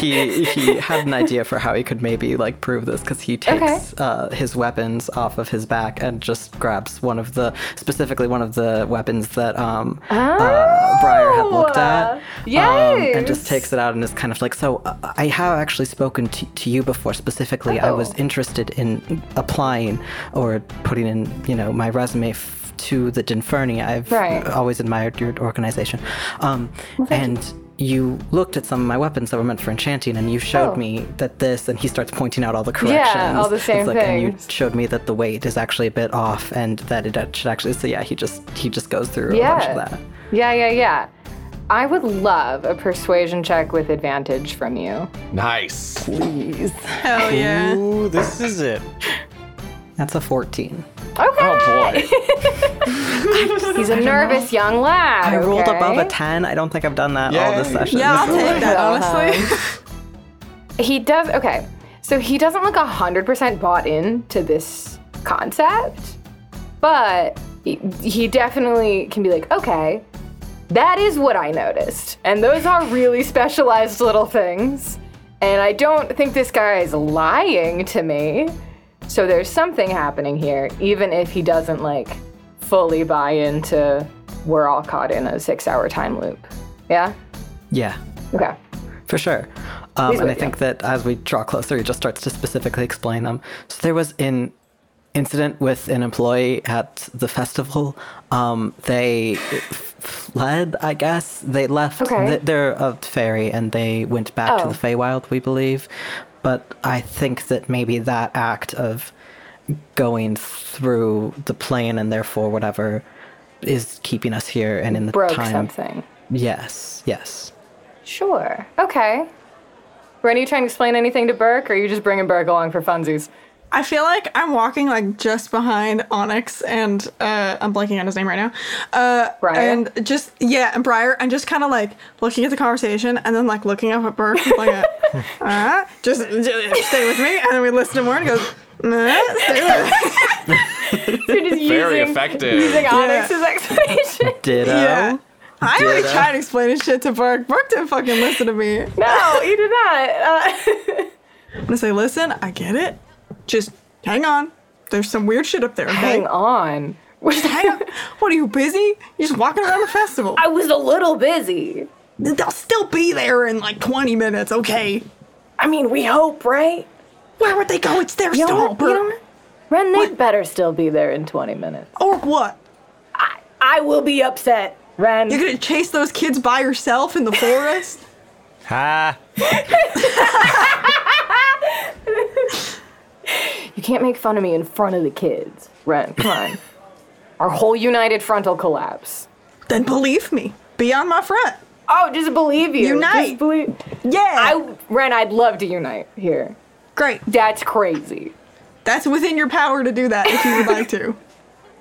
S4: he he had an idea for how he could maybe like prove this because he takes uh, his weapons off of his back and just grabs one of the specifically one of the weapons that um uh, Briar had looked at. um, and just
S1: Oh, uh, yes.
S4: takes it out and is kind of like, so uh, I have actually spoken to, to you before specifically. I
S1: Oh.
S4: was interested in applying or putting in, you know, my resume f- to the Dinferni. I've
S1: Right.
S4: always admired your organization. Um, and you looked at some of my weapons that were meant for enchanting and you showed
S1: Oh.
S4: me that this and he starts pointing out all the corrections
S1: Yeah, all the
S4: It's
S1: same
S4: like, and you
S1: things.
S4: showed me that the weight is actually a bit off and that it should actually so yeah he just he just goes through a bunch
S1: Yeah.
S4: of that
S1: Yeah, yeah, yeah. I would love a persuasion check with advantage from you.
S2: nice.
S5: hell yeah.
S3: Ooh, this is it.
S4: that's a 14
S2: Oh boy.
S1: He's a nervous young lad.
S4: I rolled above a
S1: okay?
S4: 10. I don't think I've done that all this
S2: Yay.
S4: session.
S5: Yeah, I'll take that honestly.
S1: He does okay. So he doesn't look hundred percent bought in to this concept, but he, he definitely can be like, okay, that is what I noticed. And those are really specialized little things. And I don't think this guy is lying to me. So there's something happening here, even if he doesn't like fully buy into we're all caught in a six hour time loop. Yeah?
S4: Yeah,
S1: Okay.
S4: for sure. Um,
S1: Please
S4: and
S1: wait,
S4: I think that as we draw closer, he just starts to specifically explain them. So there was an incident with an employee at the festival. Um, they f- fled, I guess. They left.
S1: Okay.
S4: th- they're a fairy, and they went back
S1: Oh.
S4: to the Feywild, we believe. But I think that maybe that act of going through the plane and therefore whatever is keeping us here and in the
S1: Broke
S4: time.
S1: something.
S4: Yes. Yes.
S1: Sure. Okay. Ren, are you trying to explain anything to Burke, or are you just bringing Burke along for funsies?
S5: I feel like I'm walking like just behind Onyx and uh, I'm blanking on his name right now. Uh,
S1: Briar?
S5: And just, yeah, and Briar, and just kind of like looking at the conversation and then like looking up at Burke, and like, uh, uh, just, j- stay with me. And then we listen to more and he goes, uh, stay with me.
S1: You're just
S2: Very
S1: using-
S2: effective.
S1: Using Onyx's explanation.
S4: Ditto.
S5: Yeah. I already tried to explain this shit to Burke. Burke didn't fucking listen to me.
S1: no, you did not. Uh,
S5: I'm gonna say, listen, I get it. Just hang on. There's some weird shit up there. Okay?
S1: hang on.
S5: Hang on. What are you busy? You're just walking around the festival.
S1: I was a little busy.
S5: They'll still be there in like 20 minutes, okay?
S1: I mean, we hope, right?
S5: Where would they go? It's their
S1: You
S5: store,
S1: don't, you
S5: Burke.
S1: don't, Ren, they better still be there in 20 minutes.
S5: Or what?
S1: I will be upset, Ren.
S5: You're gonna chase those kids by yourself in the forest?
S3: Ha.
S1: You can't make fun of me in front of the kids, Ren. Come on. Our whole united front will collapse.
S5: then believe me. Be on my front.
S1: Oh, just believe you.
S5: Unite.
S1: Just believe.
S5: Yeah.
S1: I, Ren, I'd love to unite here.
S5: Great.
S1: That's crazy.
S5: That's within your power to do that if you would like to.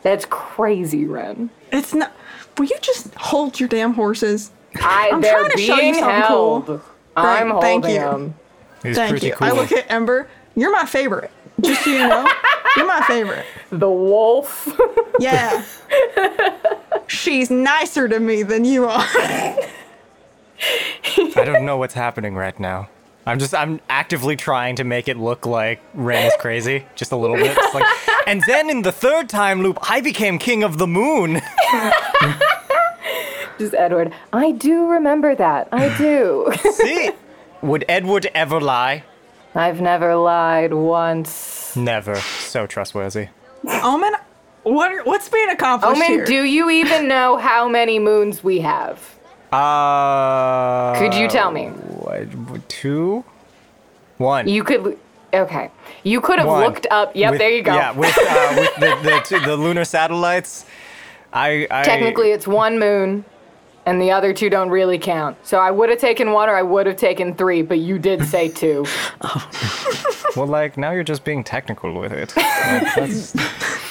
S1: That's crazy, Ren.
S5: It's not. Will you just hold your damn horses?
S1: I,
S5: I'm
S1: they're
S5: trying to
S1: being
S5: show you something
S1: held.
S5: cool.
S1: I'm
S5: Right,
S1: holding
S5: thank you.
S1: them.
S3: He's
S5: Thank
S3: pretty
S5: you.
S3: cool.
S5: I look at Ember. You're my favorite. Just so you know, you're my favorite.
S1: The wolf.
S5: Yeah. She's nicer to me than you are.
S3: I don't know what's happening right now. I'm just I'm actively trying to make it look like Ren is crazy, just a little bit. It's like, and then in the third time loop, I became king of the moon.
S1: Just Edward. I do remember that. I do.
S3: See? Would Edward ever lie?
S1: I've never lied once.
S3: Never. So trustworthy.
S5: Omen, what are, what's being accomplished
S1: Omen,
S5: here?
S1: do you even know how many moons we have?
S3: Uh.
S1: Could you tell me?
S3: What, two, one.
S1: You could. Okay. You could have
S3: One.
S1: looked up. Yep,
S3: With-
S1: there you go.
S3: Yeah, with, uh, with the, the, two, the lunar satellites. I, I
S1: Technically, it's one moon, and the other two don't really count. So I would have taken one or I would have taken three, but you did say two.
S3: Well, like now you're just being technical with it. Like, that's,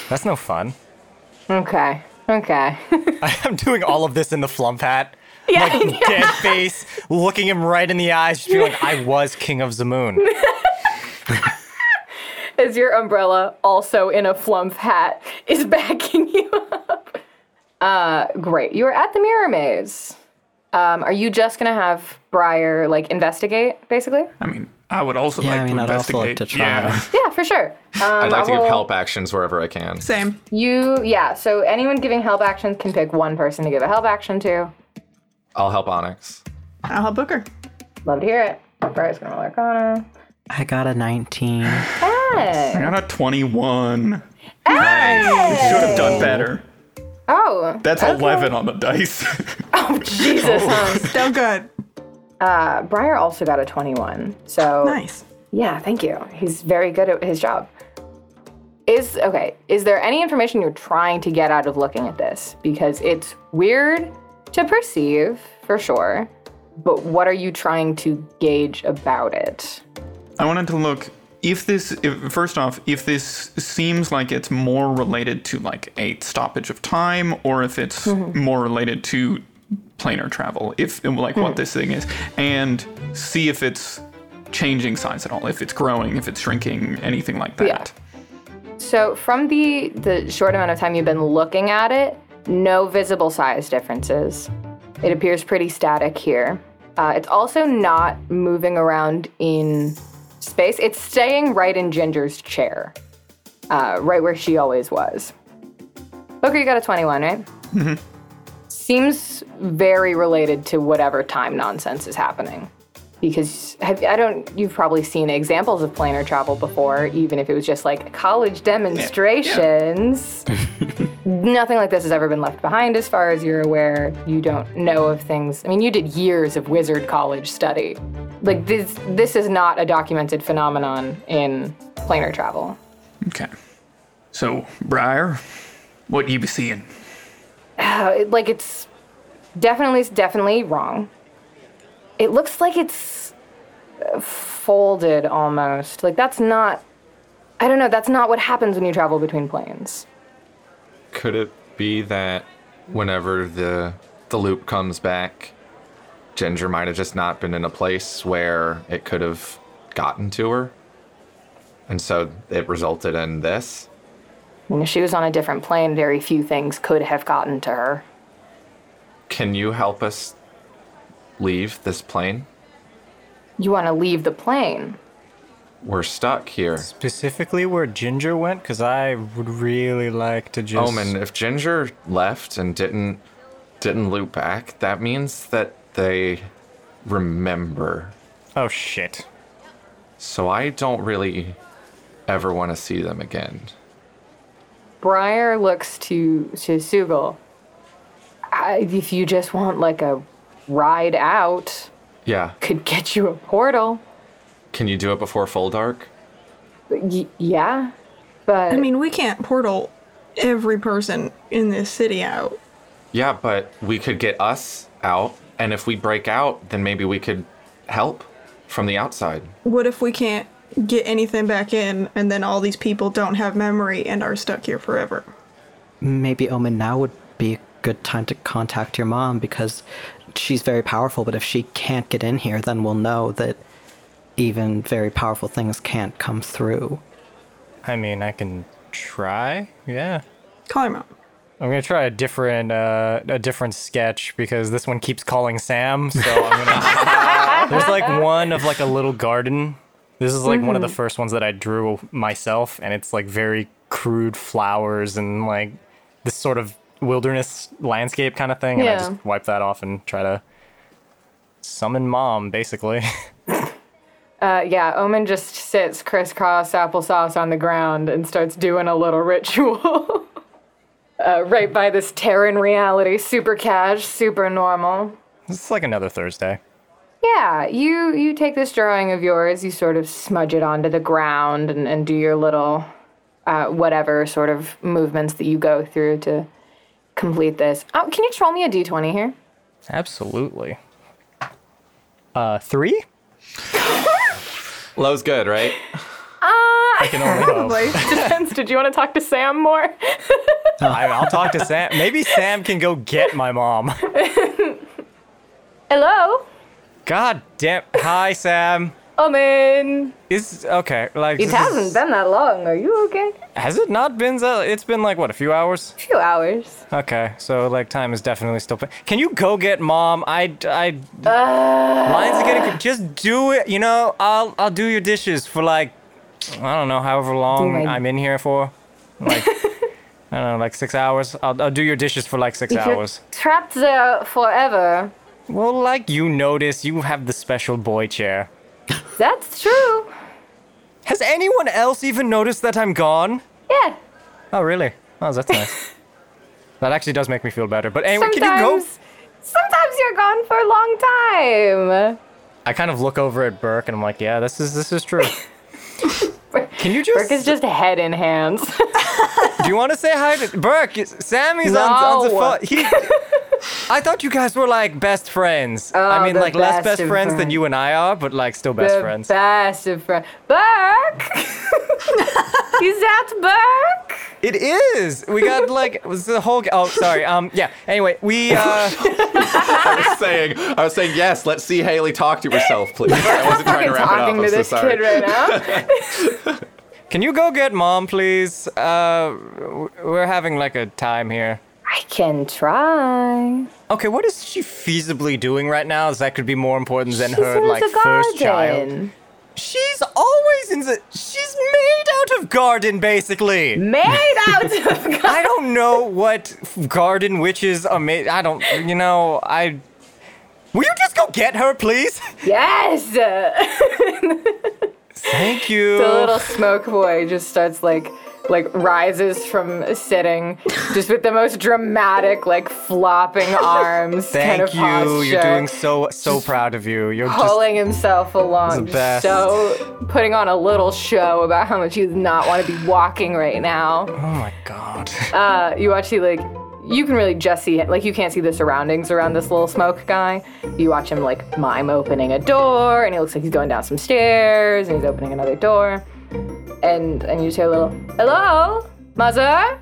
S3: that's no fun.
S1: okay. Okay.
S3: I'm doing all of this in the flump hat. like dead face, looking him right in the eyes, just being like, I was king of the moon.
S1: Is your umbrella also in a flump hat? Is backing you up? Uh, great. You are at the mirror maze. Um, are you just gonna have Briar like investigate, basically?
S6: I mean, I would also
S4: Yeah,
S6: like
S4: I mean,
S6: to
S4: I'd also
S6: investigate.
S4: like to try.
S6: Yeah.
S1: Yeah, for sure. Um,
S2: I'd like to give
S1: I'll-
S2: help actions wherever I can.
S5: Same.
S1: You, yeah. So anyone giving help actions can pick one person to give a help action to.
S2: I'll help Onyx.
S5: I'll help Booker.
S1: Love to hear it. Briar's gonna roll Arcana.
S4: I got a 19.
S1: Hey.
S6: I got a 21. Nice. Should have done better.
S1: Oh,
S6: That's 11 on the dice.
S1: Jesus. Hans.
S5: Still good.
S1: Uh, Briar also got a 21. So
S5: Nice.
S1: yeah, thank you. He's very good at his job. Is okay. Is there any information you're trying to get out of looking at this? Because it's weird to perceive for sure. But what are you trying to gauge about it?
S6: I wanted to look if this if, first off if this seems like it's more related to like a stoppage of time or if it's
S1: Mm-hmm.
S6: more related to planar travel if like
S1: Mm-hmm.
S6: what this thing is and see if it's changing size at all if it's growing if it's shrinking anything like that
S1: So, from the the short amount of time you've been looking at it, no visible size differences. It appears pretty static here. Uh, it's also not moving around in space. It's staying right in Ginger's chair, uh, right where she always was. Booker, you got a 21, right? Mm-hmm. Seems very related to whatever time nonsense is happening because have, I don't. You've probably seen examples of planar travel before, even if it was just like college demonstrations. Nothing like this has ever been left behind, as far as you're aware. You don't know of things. I mean, you did years of wizard college study. Like this, this is not a documented phenomenon in planar travel.
S6: Okay. So, Briar, what you be seeing?
S1: Uh, it- like it's definitely, definitely wrong. It looks like it's uh, folded almost. Like that's not. I don't know. That's not what happens when you travel between planes.
S2: Could it be that whenever the the loop comes back, Ginger might have just not been in a place where it could have gotten to her? And so it resulted in this?
S1: I mean, if she was on a different plane, very few things could have gotten to her.
S2: Can you help us leave this plane?
S1: You want to leave the plane.
S2: We're stuck here.
S3: Specifically where Ginger went, because I would really like to just.
S2: Omen, Oh, if Ginger left and didn't didn't loop back, that means that they remember.
S3: Oh shit.
S2: So I don't really ever want to see them again.
S1: Briar looks to to Sugal. I, if you just want like a ride out,
S2: Yeah.
S1: could get you a portal.
S2: Can you do it before full dark?
S1: Y- yeah, but
S5: I mean, we can't portal every person in this city out.
S2: Yeah, but we could get us out, and if we break out, then maybe we could help from the outside.
S5: What if we can't get anything back in and then all these people don't have memory and are stuck here forever?
S4: Maybe Omen now would be a good time to contact your mom because she's very powerful, but if she can't get in here, then we'll know that even very powerful things can't come through.
S3: I mean, I can try. Yeah.
S5: Call him out.
S3: I'm gonna try a different uh, a different sketch because this one keeps calling Sam. So I'm gonna. There's like one of like a little garden. This is like one of the
S1: Mm-hmm.
S3: first ones that I drew myself, and it's like very crude flowers and like this sort of wilderness landscape kind of thing. And I
S1: Yeah.
S3: just wipe that off and try to summon mom, basically.
S1: uh, yeah, Omen just sits crisscross applesauce on the ground and starts doing a little ritual. uh, right by this Terran reality, super cash, super normal.
S3: it's like another Thursday.
S1: Yeah, you you take this drawing of yours, you sort of smudge it onto the ground and, and do your little uh, whatever sort of movements that you go through to complete this. Oh, can you troll me a d20 here?
S3: Absolutely. Uh, three.
S2: Low's good, right?
S3: I can only hope.
S1: Uh, Depends. Did you want to talk to Sam more?
S3: I, I'll talk to Sam. Maybe Sam can go get my mom.
S1: Hello,
S3: God damn. Hi, Sam.
S1: Omen.
S3: Is okay. Like
S1: It
S3: this is-
S1: hasn't been that long. Are you okay?
S3: Has it not been? that It's been like what a few hours.
S1: A few hours.
S3: Okay, so like time is definitely still. pa- Can you go get mom? I I.
S1: Uh,
S3: Lines are getting. Just do it. You know, I'll I'll do your dishes for like, I don't know, however long
S1: my-
S3: I'm in here for, like. I don't know, like six hours. I'll, I'll do your dishes for like six hours.
S1: trapped there forever.
S3: Well, like you notice, you have the special boy chair.
S1: That's true.
S3: Has anyone else even noticed that I'm gone?
S1: Yeah.
S3: Oh, really? Oh, that's nice. that actually does make me feel better. But anyway, can you go?
S1: Sometimes- Sometimes you're gone for a long time.
S3: I kind of look over at Burke and I'm like, yeah, this is this is true. can you just,
S1: Burke is just head in hands.
S3: do you want to say hi to Burke? Sammy's on, on the
S1: No.
S3: phone. He, I thought you guys were like best friends. I
S1: Oh,
S3: mean,
S1: the
S3: like less
S1: best
S3: best
S1: of
S3: friends than
S1: friends.
S3: you and I are, but like still best
S1: the
S3: friends.
S1: Best of friends. Burke! Is that Burke?
S3: It is. We got like it was the whole. g- Oh, sorry. Um, yeah. Anyway, we. Uh,
S2: I was saying, I was saying, yes. Let's see Haley talk to herself, please. I wasn't trying to wrap it up.
S1: Talking
S2: I'm
S1: to
S2: so
S1: this
S2: sorry.
S1: kid right now.
S3: Can you go get mom, please? Uh, w- we're having like a time here.
S1: I can try.
S3: Okay, what is she feasibly doing right now? Is that could be more important than her
S1: in
S3: like
S1: the
S3: first child?
S1: garden.
S3: She's always in the. She's made out of garden, basically.
S1: Made out of garden.
S3: I don't know what f- garden witches are made. I don't, you know, I. Will you just go get her, please?
S1: Yes.
S3: Thank you.
S1: the little smoke boy just starts like like rises from sitting just with the most dramatic like flopping arms kind
S3: Thank
S1: of
S3: you.
S1: posture
S3: You're doing so so proud of you. You're just
S1: pulling himself along
S3: the
S1: just so putting on a little show about how much he does not want to be walking right now
S3: Oh my god.
S1: uh, you actually like you can really just see like you can't see the surroundings around this little smoke guy you watch him like mime opening a door and he looks like he's going down some stairs and he's opening another door and and you say a little hello mother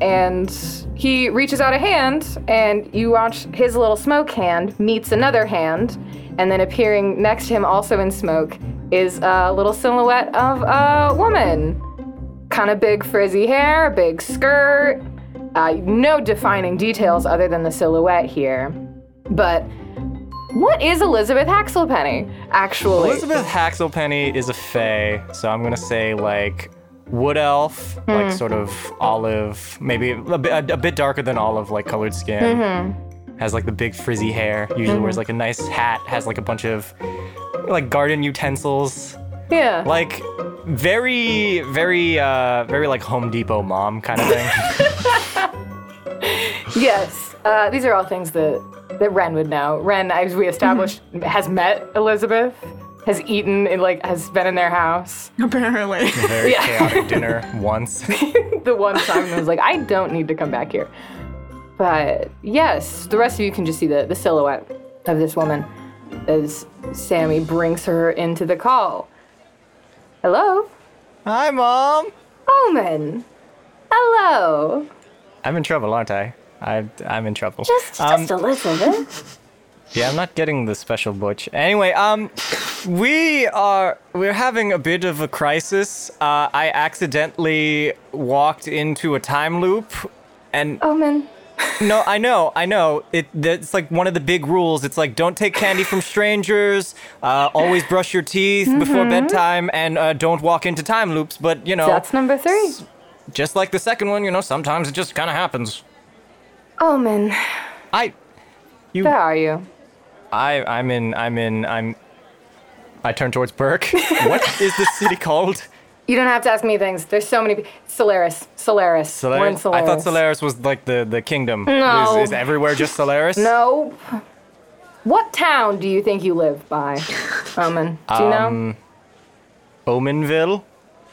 S1: and he reaches out a hand and you watch his little smoke hand meets another hand and then appearing next to him also in smoke is a little silhouette of a woman kind of big frizzy hair big skirt uh, no defining details other than the silhouette here but what is elizabeth haxelpenny actually
S3: Elizabeth Haxelpenny is a fae, so I'm gonna say like wood elf,
S1: Hmm.
S3: like sort of olive, maybe a bit, a, bit darker than olive, like colored skin.
S1: Mm-hmm.
S3: Has like the big frizzy hair. Usually wears like a nice hat. Has like a bunch of like garden utensils.
S1: yeah
S3: Like very, very, uh, very like Home Depot mom kind of thing.
S1: Yes, uh, these are all things that that Ren would know. Ren, as we established, has met Elizabeth, has eaten, and like has been in their house
S5: Apparently.
S3: very chaotic dinner once.
S1: the one time, and was like, "I don't need to come back here." But yes, the rest of you can just see the the silhouette of this woman as Sammy brings her into the call. Hello,
S3: Hi, mom.
S1: Omen. Hello.
S3: I'm in trouble, aren't I? I I'm in trouble. Um,
S1: Just, just Elizabeth.
S3: Yeah, I'm not getting the special butch. Anyway, um, we are we're having a bit of a crisis. Uh, I accidentally walked into a time loop, and
S1: Omen.
S3: no, I know, I know. It that's like one of the big rules. It's like don't take candy from strangers. Uh, always brush your teeth before bedtime, and uh, don't walk into time loops. But you know,
S1: Mm-hmm. That's number three.
S3: just like the second one, you know, sometimes it just kind of happens.
S1: Omen,
S3: I, you,
S1: Oh, where are you?
S3: I, I'm in, I'm in, I'm. I turn towards Burke. what is this city called?
S1: You don't have to ask me things. There's so many. pe- Solaris. Solaris. We're in Solaris.
S3: I thought Solaris was like the the kingdom.
S1: No.
S3: Is, is everywhere just Solaris?
S1: No. What town do you think you live by, Roman? Do you
S3: Um,
S1: know?
S3: Omenville.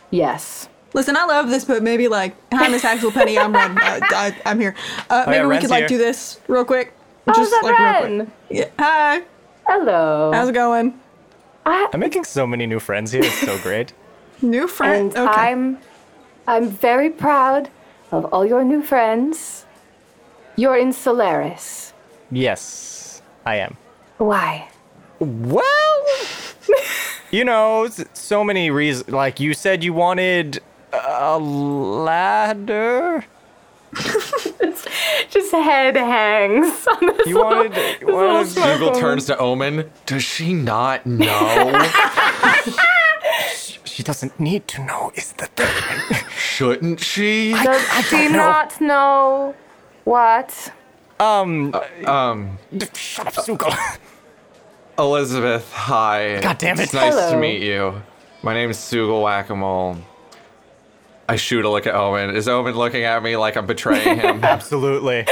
S1: Yes.
S5: Listen, I love this, but maybe like, hi, Miss Axelpenny, I'm Ren. Uh, I, I'm here. Uh, maybe we
S3: Oh, Ren's
S5: could like
S3: here.
S5: do this real quick.
S1: How's up,
S5: like, real quick.
S1: Oh, Ren?
S5: Yeah. Hi.
S1: Hello.
S5: How's it going?
S3: I'm making so many new friends here. It's so great.
S5: New friend.
S1: and
S5: Okay.
S1: I'm, I'm very proud of all your new friends. You're in Solaris.
S3: yes, I am.
S1: Why?
S3: Well, you know, s- so many reasons. Like you said, you wanted a ladder.
S1: Just head hangs on this
S3: You wanted. you wanted
S2: Google turns to Omen. Does she not know?
S3: She doesn't need to know is the thing.
S2: Shouldn't she?
S1: Does she
S3: know.
S1: not know what?
S3: Um,
S2: Um,
S3: shut up, Suko.
S2: Elizabeth, hi.
S3: God damn it.
S2: It's nice to
S1: Hello.
S2: meet you. My name is Sugal Whack-a-Mole. I shoot a look at Omen. Is Omen looking at me like I'm betraying him?
S3: Absolutely.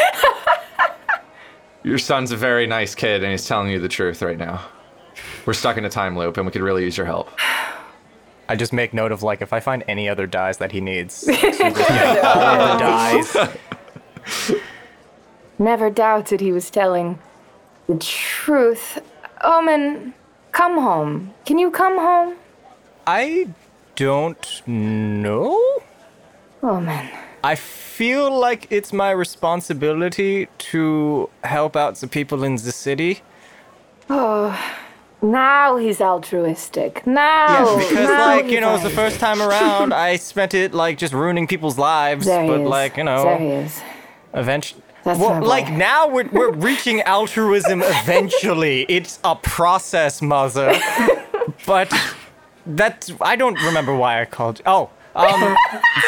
S2: Your son's a very nice kid, and he's telling you the truth right now. We're stuck in a time loop, and we could really use your help.
S3: I just make note of like if I find any other dies that he needs. like, Sugo's got all of the dies.
S1: Never doubted he was telling the truth. Omen, come home. Can you come home?
S3: I don't know.
S1: Omen.
S3: I feel like it's my responsibility to help out the people in the city.
S1: Oh, Now he's altruistic. Now,
S3: Yeah, because
S1: now
S3: like you
S1: he's
S3: know, it was the
S1: altruistic.
S3: first time around. I spent it like just ruining people's lives,
S1: There he
S3: but
S1: is.
S3: like you
S1: there he
S3: know,
S1: is.
S3: eventually.
S1: That's my
S3: Well,
S1: boy.
S3: like now we're we're reaching altruism. Eventually, it's a process, mother. but that's I don't remember why I called. You. Oh, um,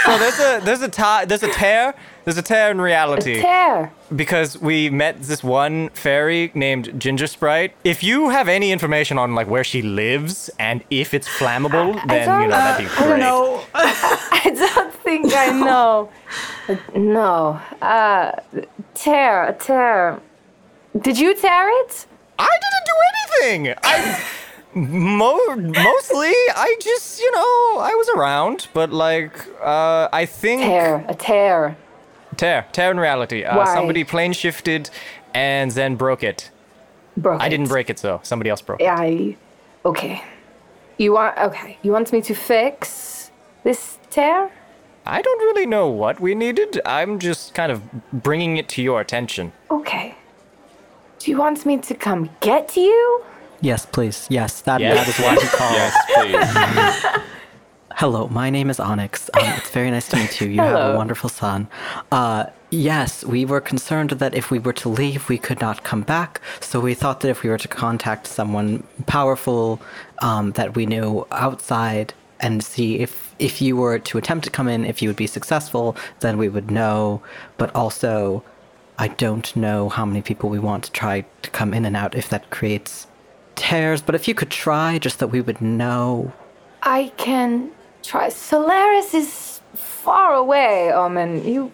S3: so there's a there's a tie there's a tear there's a tear in reality
S1: Tear.
S3: because we met this one fairy named Ginger Sprite. If you have any information on like where she lives and if it's flammable, then you
S1: don't-
S3: know that'd be great.
S5: No,
S1: I don't think I know. Uh, no. Uh, tear, tear. Did you tear it?
S3: I didn't do anything. I mo- mostly I just you know I was around, but like uh, I think
S1: Tear, a tear.
S3: tear tear in reality. Uh,
S1: Why?
S3: somebody plane shifted and then broke it.
S1: Broke
S3: I
S1: it.
S3: didn't break it though. Somebody else broke. it.
S1: I. Okay. You want? Okay. You want me to fix this tear?
S3: I don't really know what we needed. I'm just kind of bringing it to your attention.
S1: Okay. Do you want me to come get you?
S4: Yes, please. Yes, that,
S3: Yes.
S4: that is why he called.
S2: Yes, please.
S4: Hello, my name is Onyx. Um, it's very nice to meet you. You have a wonderful son. Uh, yes, we were concerned that if we were to leave, we could not come back. So we thought that if we were to contact someone powerful um, that we knew outside and see if if you were to attempt to come in, if you would be successful, then we would know. But also, I don't know how many people we want to try to come in and out if that creates tears. But if you could try, just that we would know
S1: I can try. Solaris is far away, Omen. You.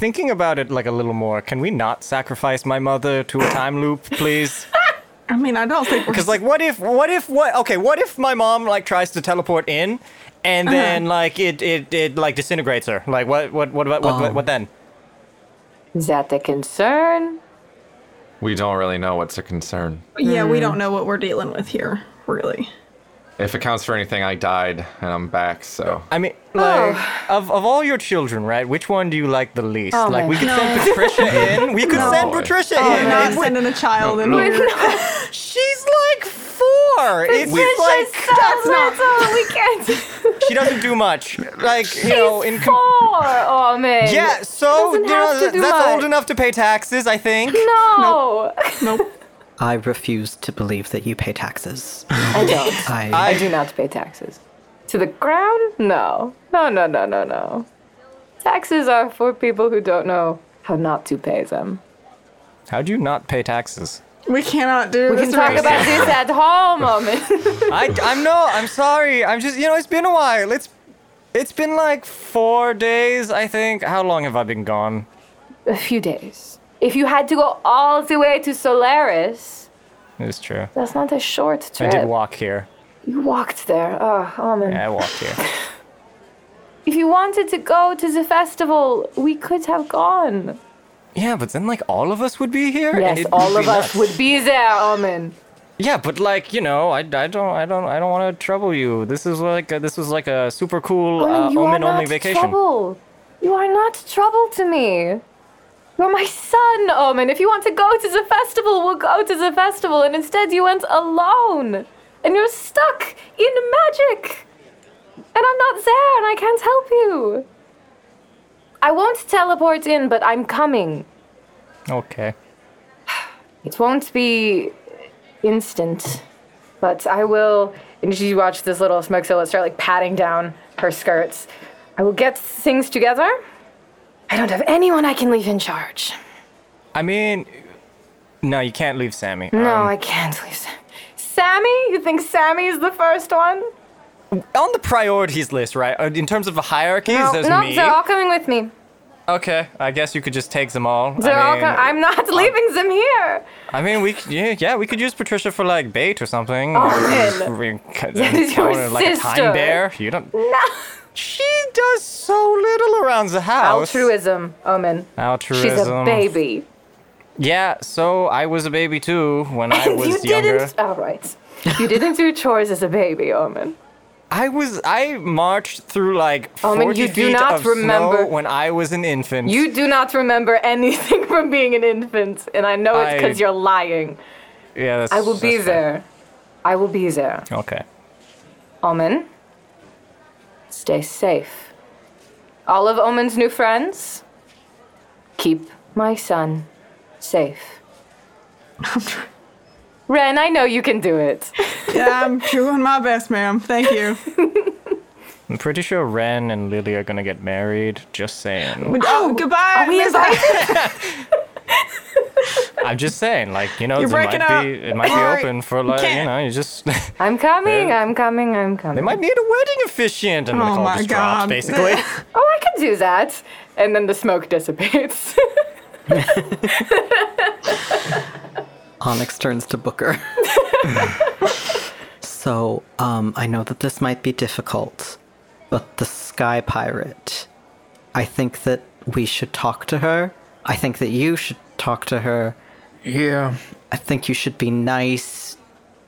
S3: Thinking about it like a little more, can we not sacrifice my mother to a time loop, please?
S5: I mean I don't think we're
S3: Because like, what if, what if, what? Okay, what if my mom like tries to teleport in, and
S5: Uh-huh.
S3: then like it, it, it like disintegrates her? Like, what, what, what about, what,
S1: Oh.
S3: what, what then?
S1: Is that the concern?
S2: we don't really know what's a concern.
S5: yeah we
S1: Mm.
S5: don't know what we're dealing with here really.
S2: If it counts for anything, I died and I'm back, so.
S3: I mean,
S1: Oh.
S3: like, of, of all your children, right? Which one do you like the least?
S1: Oh
S3: like,
S1: my
S3: we could send Patricia in. We could
S2: No.
S3: send Patricia
S5: Oh,
S3: in.
S5: we're
S3: Like,
S5: not sending a child in here.
S3: She's like four. It's
S1: It's
S3: like
S1: just so little. We can't.
S3: she doesn't do much. Like you know, in com-
S1: Four, Omen.
S3: yeah. So you
S1: Doesn't
S3: know,
S1: have to
S3: th-
S1: do
S3: that's
S1: much.
S3: old enough to pay taxes, I think.
S1: No.
S4: I refuse to believe that you pay taxes.
S1: I don't.
S4: I,
S1: I do not pay taxes. To the crown? No. No, no, no, no, no. Taxes are for people who don't know how not to pay them.
S3: How do you not pay taxes?
S5: We cannot do
S1: We
S5: this.
S1: can talk
S5: right
S1: about this at home, Omen.
S3: I I'm no. I'm sorry. I'm just you know, it's been a while. It's it's been like four days, I think. How long have I been gone?
S1: A few days. If you had to go all the way to Solaris,
S3: It's true.
S1: that's not a short
S3: I
S1: trip.
S3: did walk here.
S1: you walked there. Oh, Omen.
S3: Yeah, I walked here.
S1: If you wanted to go to the festival, we could have gone.
S3: Yeah, but then like all of us would be here. and
S1: Yes,
S3: it'd
S1: all of
S3: be
S1: us
S3: nuts.
S1: would be there, Omen.
S3: Yeah, but like you know, I, I don't I don't I don't want to trouble you. This is like a, this was like a super cool
S1: Owen,
S3: uh,
S1: Oh, you
S3: omen
S1: are
S3: only
S1: not
S3: vacation.
S1: Trouble. You are not trouble to me. You're my son, Omen. If you want to go to the festival, we'll go to the festival. And instead, you went alone. And you're stuck in magic. And I'm not there, and I can't help you. I won't teleport in, but I'm coming.
S3: Okay.
S1: It won't be instant, but I will. And she watched this little smoke silhouette start like patting down her skirts. I will get things together. I don't have anyone I can leave in charge.
S3: I mean, no, you can't leave Sammy.
S1: No, I can't leave Sam. Sammy? You think Sammy is the first one?
S3: On the priorities list, right? uh, In terms of the hierarchies,
S1: No,
S3: there's
S1: no,
S3: me.
S1: they're all coming with me.
S3: okay, I guess you could just take them all.
S1: They're
S3: I
S1: all.
S3: mean, uh,
S1: Co- I'm not leaving them here.
S3: I mean, we c- yeah, yeah, we could use Patricia for like bait or something. or
S1: Owen.
S3: we could
S1: Oh, That is your
S3: encounter, like a
S1: sister.
S3: time bear. You don't.
S1: No.
S3: She does so little around the house.
S1: Altruism, Omen.
S3: Altruism.
S1: She's a baby.
S3: Yeah, so I was a baby too when I was
S1: you
S3: younger.
S1: didn't. All right. You didn't do chores as a baby, Omen.
S3: I was I marched through like
S1: Oh, man,
S3: 40
S1: you do
S3: feet
S1: not
S3: of snow
S1: remember-
S3: when I was an infant.
S1: You do not remember anything from being an infant, and I know it's because
S3: I-
S1: you're lying.
S3: yeah, that's,
S1: I will be
S3: that's fair.
S1: there. I will be there.
S3: Okay.
S1: Omen, stay safe. All of Omen's new friends, keep my son safe. Ren, I know you can do it.
S5: Yeah, I'm doing my best, ma'am. Thank you.
S3: I'm pretty sure Ren and Lily are gonna get married. Just saying.
S5: Oh, goodbye.
S1: we
S5: Miss-
S3: I'm just saying, like you know, it
S5: You're
S3: might
S5: breaking up.
S3: be it might
S5: Sorry.
S3: be open for like you
S5: can't.
S3: know, you just they
S1: I'm coming, I'm coming, I'm coming.
S3: might need a wedding officiant, and the
S5: Oh
S3: call
S5: my
S3: just drops
S5: God.
S3: basically.
S1: Oh, I can do that. And then the smoke dissipates.
S4: Onyx turns to Booker. so, um, I know that this might be difficult, but the Sky Pirate, I think that we should talk to her. I think that you should talk to her.
S6: Yeah.
S4: I think you should be nice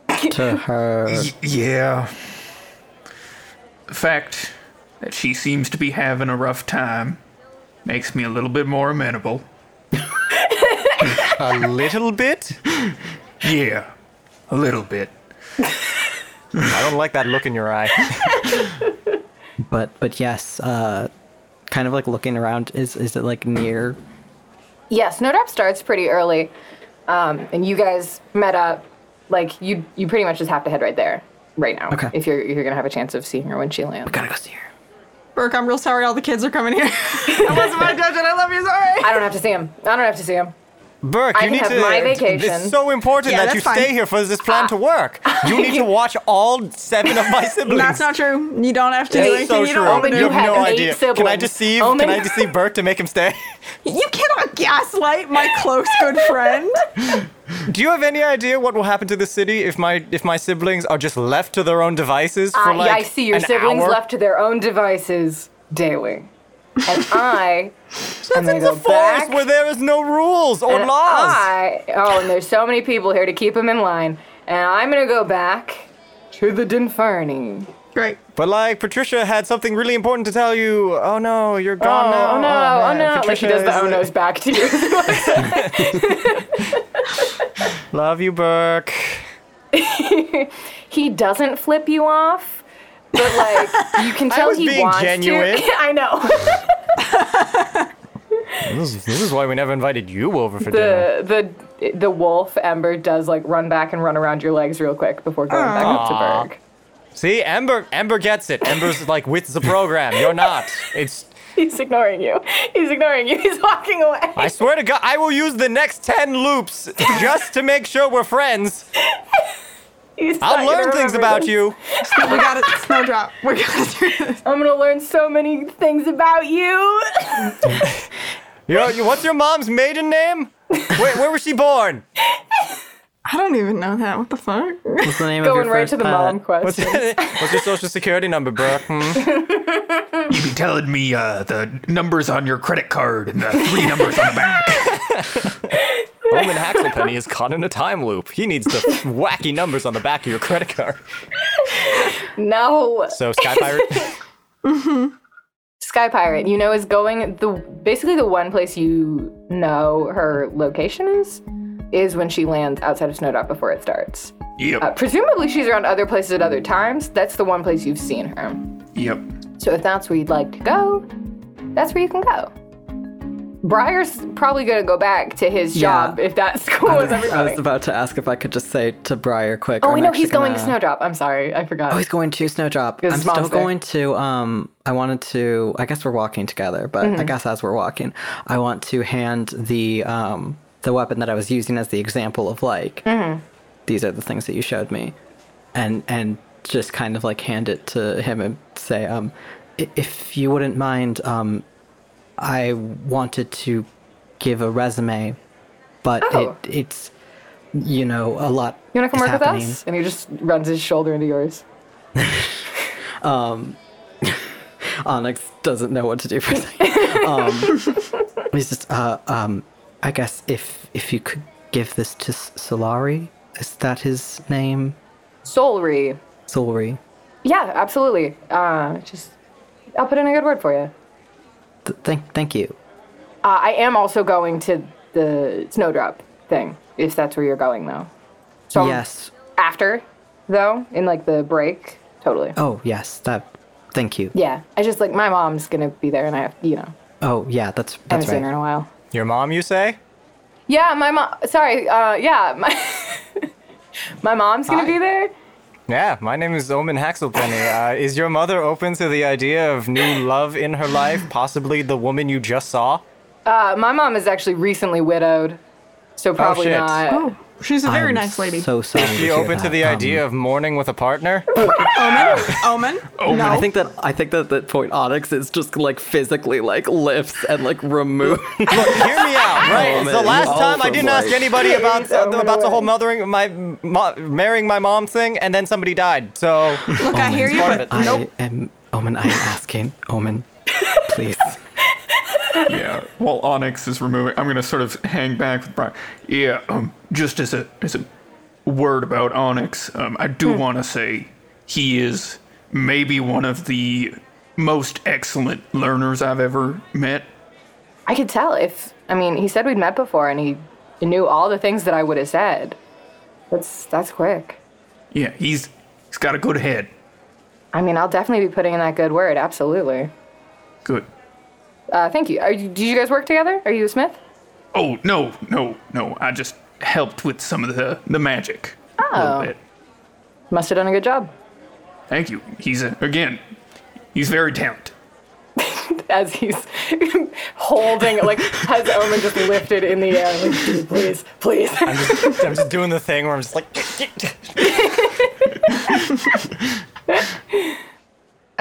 S4: to her.
S6: Yeah. The fact that she seems to be having a rough time makes me a little bit more amenable.
S3: a little bit.
S6: Yeah. A little bit.
S3: I don't like that look in your eye.
S4: But, but yes, uh, kind of like looking around. Is is it like near?
S1: Yes, Nodap starts pretty early, um, and you guys met up. Like you, you pretty much just have to head right there, right now,
S4: Okay.
S1: if you're if you're gonna have a chance of seeing her when she lands.
S4: Gotta go see her.
S5: Burke, I'm real sorry all the kids are coming here. I wasn't my judge and I love you, sorry.
S1: I don't have to see him. I don't have to see him.
S3: Burke,
S1: I can
S3: you need
S1: have
S3: to.
S1: my
S3: It's
S1: vacation. Ah.
S3: so important
S5: Yeah,
S3: that
S5: that's
S3: you
S5: fine.
S3: stay here for this plan to work. You need to watch all seven of my siblings.
S5: That's not true. You don't have to do
S3: It's
S5: anything.
S3: so
S5: you
S3: true.
S5: don't want
S1: Omen,
S5: to
S1: you
S5: do.
S1: have
S3: no
S1: eight
S3: idea. Can I
S1: siblings. Oh
S3: deceive?
S1: Omen-
S3: Can I deceive Burke to make him stay?
S5: You cannot gaslight my close good friend.
S3: Do you have any idea what will happen to the city if my if my siblings are just left to their own devices for
S1: I,
S3: like
S1: Ah, yeah, I see your
S3: an
S1: siblings
S3: hour?
S1: left to their own devices daily, and I am gonna
S3: That's
S1: go
S3: the forest
S1: back.
S3: where there is no rules or
S1: and
S3: laws.
S1: I, oh, and there's so many people here to keep them in line, and I'm gonna go back to the Dinferni.
S5: Great.
S3: But like Patricia had something really important to tell you. Oh no, you're
S1: Oh,
S3: gone now.
S1: oh no! Oh,
S3: man,
S1: no! Like she does the
S3: is
S1: oh no's back to you.
S3: Love you, Burke.
S1: he doesn't flip you off, but like you can tell
S3: was
S1: he
S3: being
S1: wants
S3: genuine.
S1: to. I know.
S3: This is, this is why we never invited you over for dinner.
S1: the the the wolf Ember does like run back and run around your legs real quick before going back up
S3: Aw.
S1: to Berg.
S3: See, Ember, Ember gets it. Ember's like with the program. You're not. It's.
S1: He's ignoring you. He's ignoring you. He's walking away.
S3: I swear to God, I will use the next ten loops just to make sure we're friends.
S1: He's not
S3: I'll
S1: gonna
S3: learn things
S1: remember
S3: about
S1: this.
S3: you.
S5: We got it. Snowdrop. We're gonna do this.
S1: I'm gonna learn so many things about you.
S3: You know, you- what's your mom's maiden name? Where, where was she born?
S5: I don't even know that. What the fuck?
S4: What's the name of
S1: going
S4: your
S1: right
S4: first
S1: to the
S4: pet?
S1: mom question.
S3: What's your social security number, Burke? Hmm?
S6: You be telling me uh, the numbers on your credit card and the three numbers on the back.
S3: Omen Haxelpenny is caught in a time loop. He needs the wacky numbers on the back of your credit card.
S1: No. Mm-hmm.
S3: So, Sky Pirate,
S1: Sky Pirate, you know, is going the basically the one place you know her location is is when she lands outside of Snowdrop before it starts.
S6: Yep.
S1: Uh, presumably, she's around other places at other times. That's the one place you've seen her.
S6: Yep.
S1: So if that's where you'd like to go, that's where you can go. Briar's probably gonna go back to his
S4: Yeah.
S1: job if that's cool with
S4: I
S1: everybody.
S4: was about to ask if I could just say to Briar quick.
S1: Oh,
S4: I'm
S1: we know
S4: actually
S1: he's going to
S4: gonna-
S1: Snowdrop. I'm sorry, I forgot.
S4: Oh, he's going to Snowdrop.
S1: His
S4: I'm still
S1: mom's there.
S4: going to. Um, I wanted to. I guess we're walking together, but
S1: Mm-hmm.
S4: I guess as we're walking, I want to hand the um the weapon that I was using as the example of like
S1: Mm-hmm.
S4: these are the things that you showed me, and and just kind of like hand it to him and say um "I- if you wouldn't mind um I wanted to give a resume, but
S1: Oh.
S4: it it's you know a lot.
S1: you wanna come
S4: is
S1: work
S4: happening.
S1: with us? And he just runs his shoulder into yours.
S4: Um, Onyx doesn't know what to do for a second. Um, he's just, uh, um, I guess if if you could give this to S- Solari, is that his name?
S1: Solry.
S4: Solari.
S1: Yeah, absolutely. Uh, just I'll put in a good word for you.
S4: Th- thank, thank you.
S1: Uh, I am also going to the Snowdrop thing if that's where you're going though. So
S4: Yes,
S1: after though, in like the break. Totally.
S4: Oh, yes. That. Thank you.
S1: Yeah. I just like my mom's gonna be there, and I have you know
S4: Oh, yeah. That's
S1: haven't
S4: that's
S1: seen her in
S4: right.
S1: a while.
S3: Your mom, you say?
S1: Yeah, my mom. Sorry. Uh, yeah, my my mom's gonna be there.
S3: Yeah, my name is Omen Haxelpenny. Uh, is your mother open to the idea of new love in her life? Possibly the woman you just saw?
S1: Uh, my mom is actually recently widowed, so probably
S3: shit.
S1: not.
S5: Oh, she's a very
S4: I'm
S5: nice lady.
S4: So sorry. to
S3: Be
S4: hear
S3: open to
S4: that.
S3: the
S4: Um,
S3: idea of mourning with a partner?
S5: Omen? Omen?
S6: Oh
S5: No.
S4: Oh,
S5: Oh
S4: I think that I think that at that point Onyx is just like physically like lifts and like removes.
S3: Look, hear me out, right? It's the
S4: Oh, man,
S3: last
S4: you
S3: time I
S4: also
S3: didn't ask
S4: like-
S3: anybody about
S1: Throw
S4: Oh,
S1: it
S3: about the
S1: away.
S3: whole mothering my mo- marrying my mom thing, and then somebody died. So
S5: Look, I hear you,
S3: part of
S5: but
S3: it.
S4: I
S5: nope.
S4: am Omen. I am asking Omen, please.
S6: yeah. While Onyx is removing, I'm gonna sort of hang back with Brian. Yeah. Um. Just as a as a word about Onyx, um, I do
S4: Hmm.
S6: want to say he is maybe one of the most excellent learners I've ever met.
S1: I could tell if I mean he said we'd met before, and he knew all the things that I would have said. That's that's quick.
S6: Yeah. He's he's got a good head.
S1: I mean, I'll definitely be putting in that good word. Absolutely.
S6: Good.
S1: Uh, thank you. Are you. Did you guys work together? Are you a smith?
S6: Oh no no no! I just helped with some of the the magic. A little
S1: Oh.
S6: bit.
S1: Must have done a good job.
S6: Thank you. He's a, again. He's very talented.
S1: As he's holding, like, has Omen just lifted in the air? Like, "Dude, please, please.
S3: I'm just, I'm just doing the thing where I'm just like,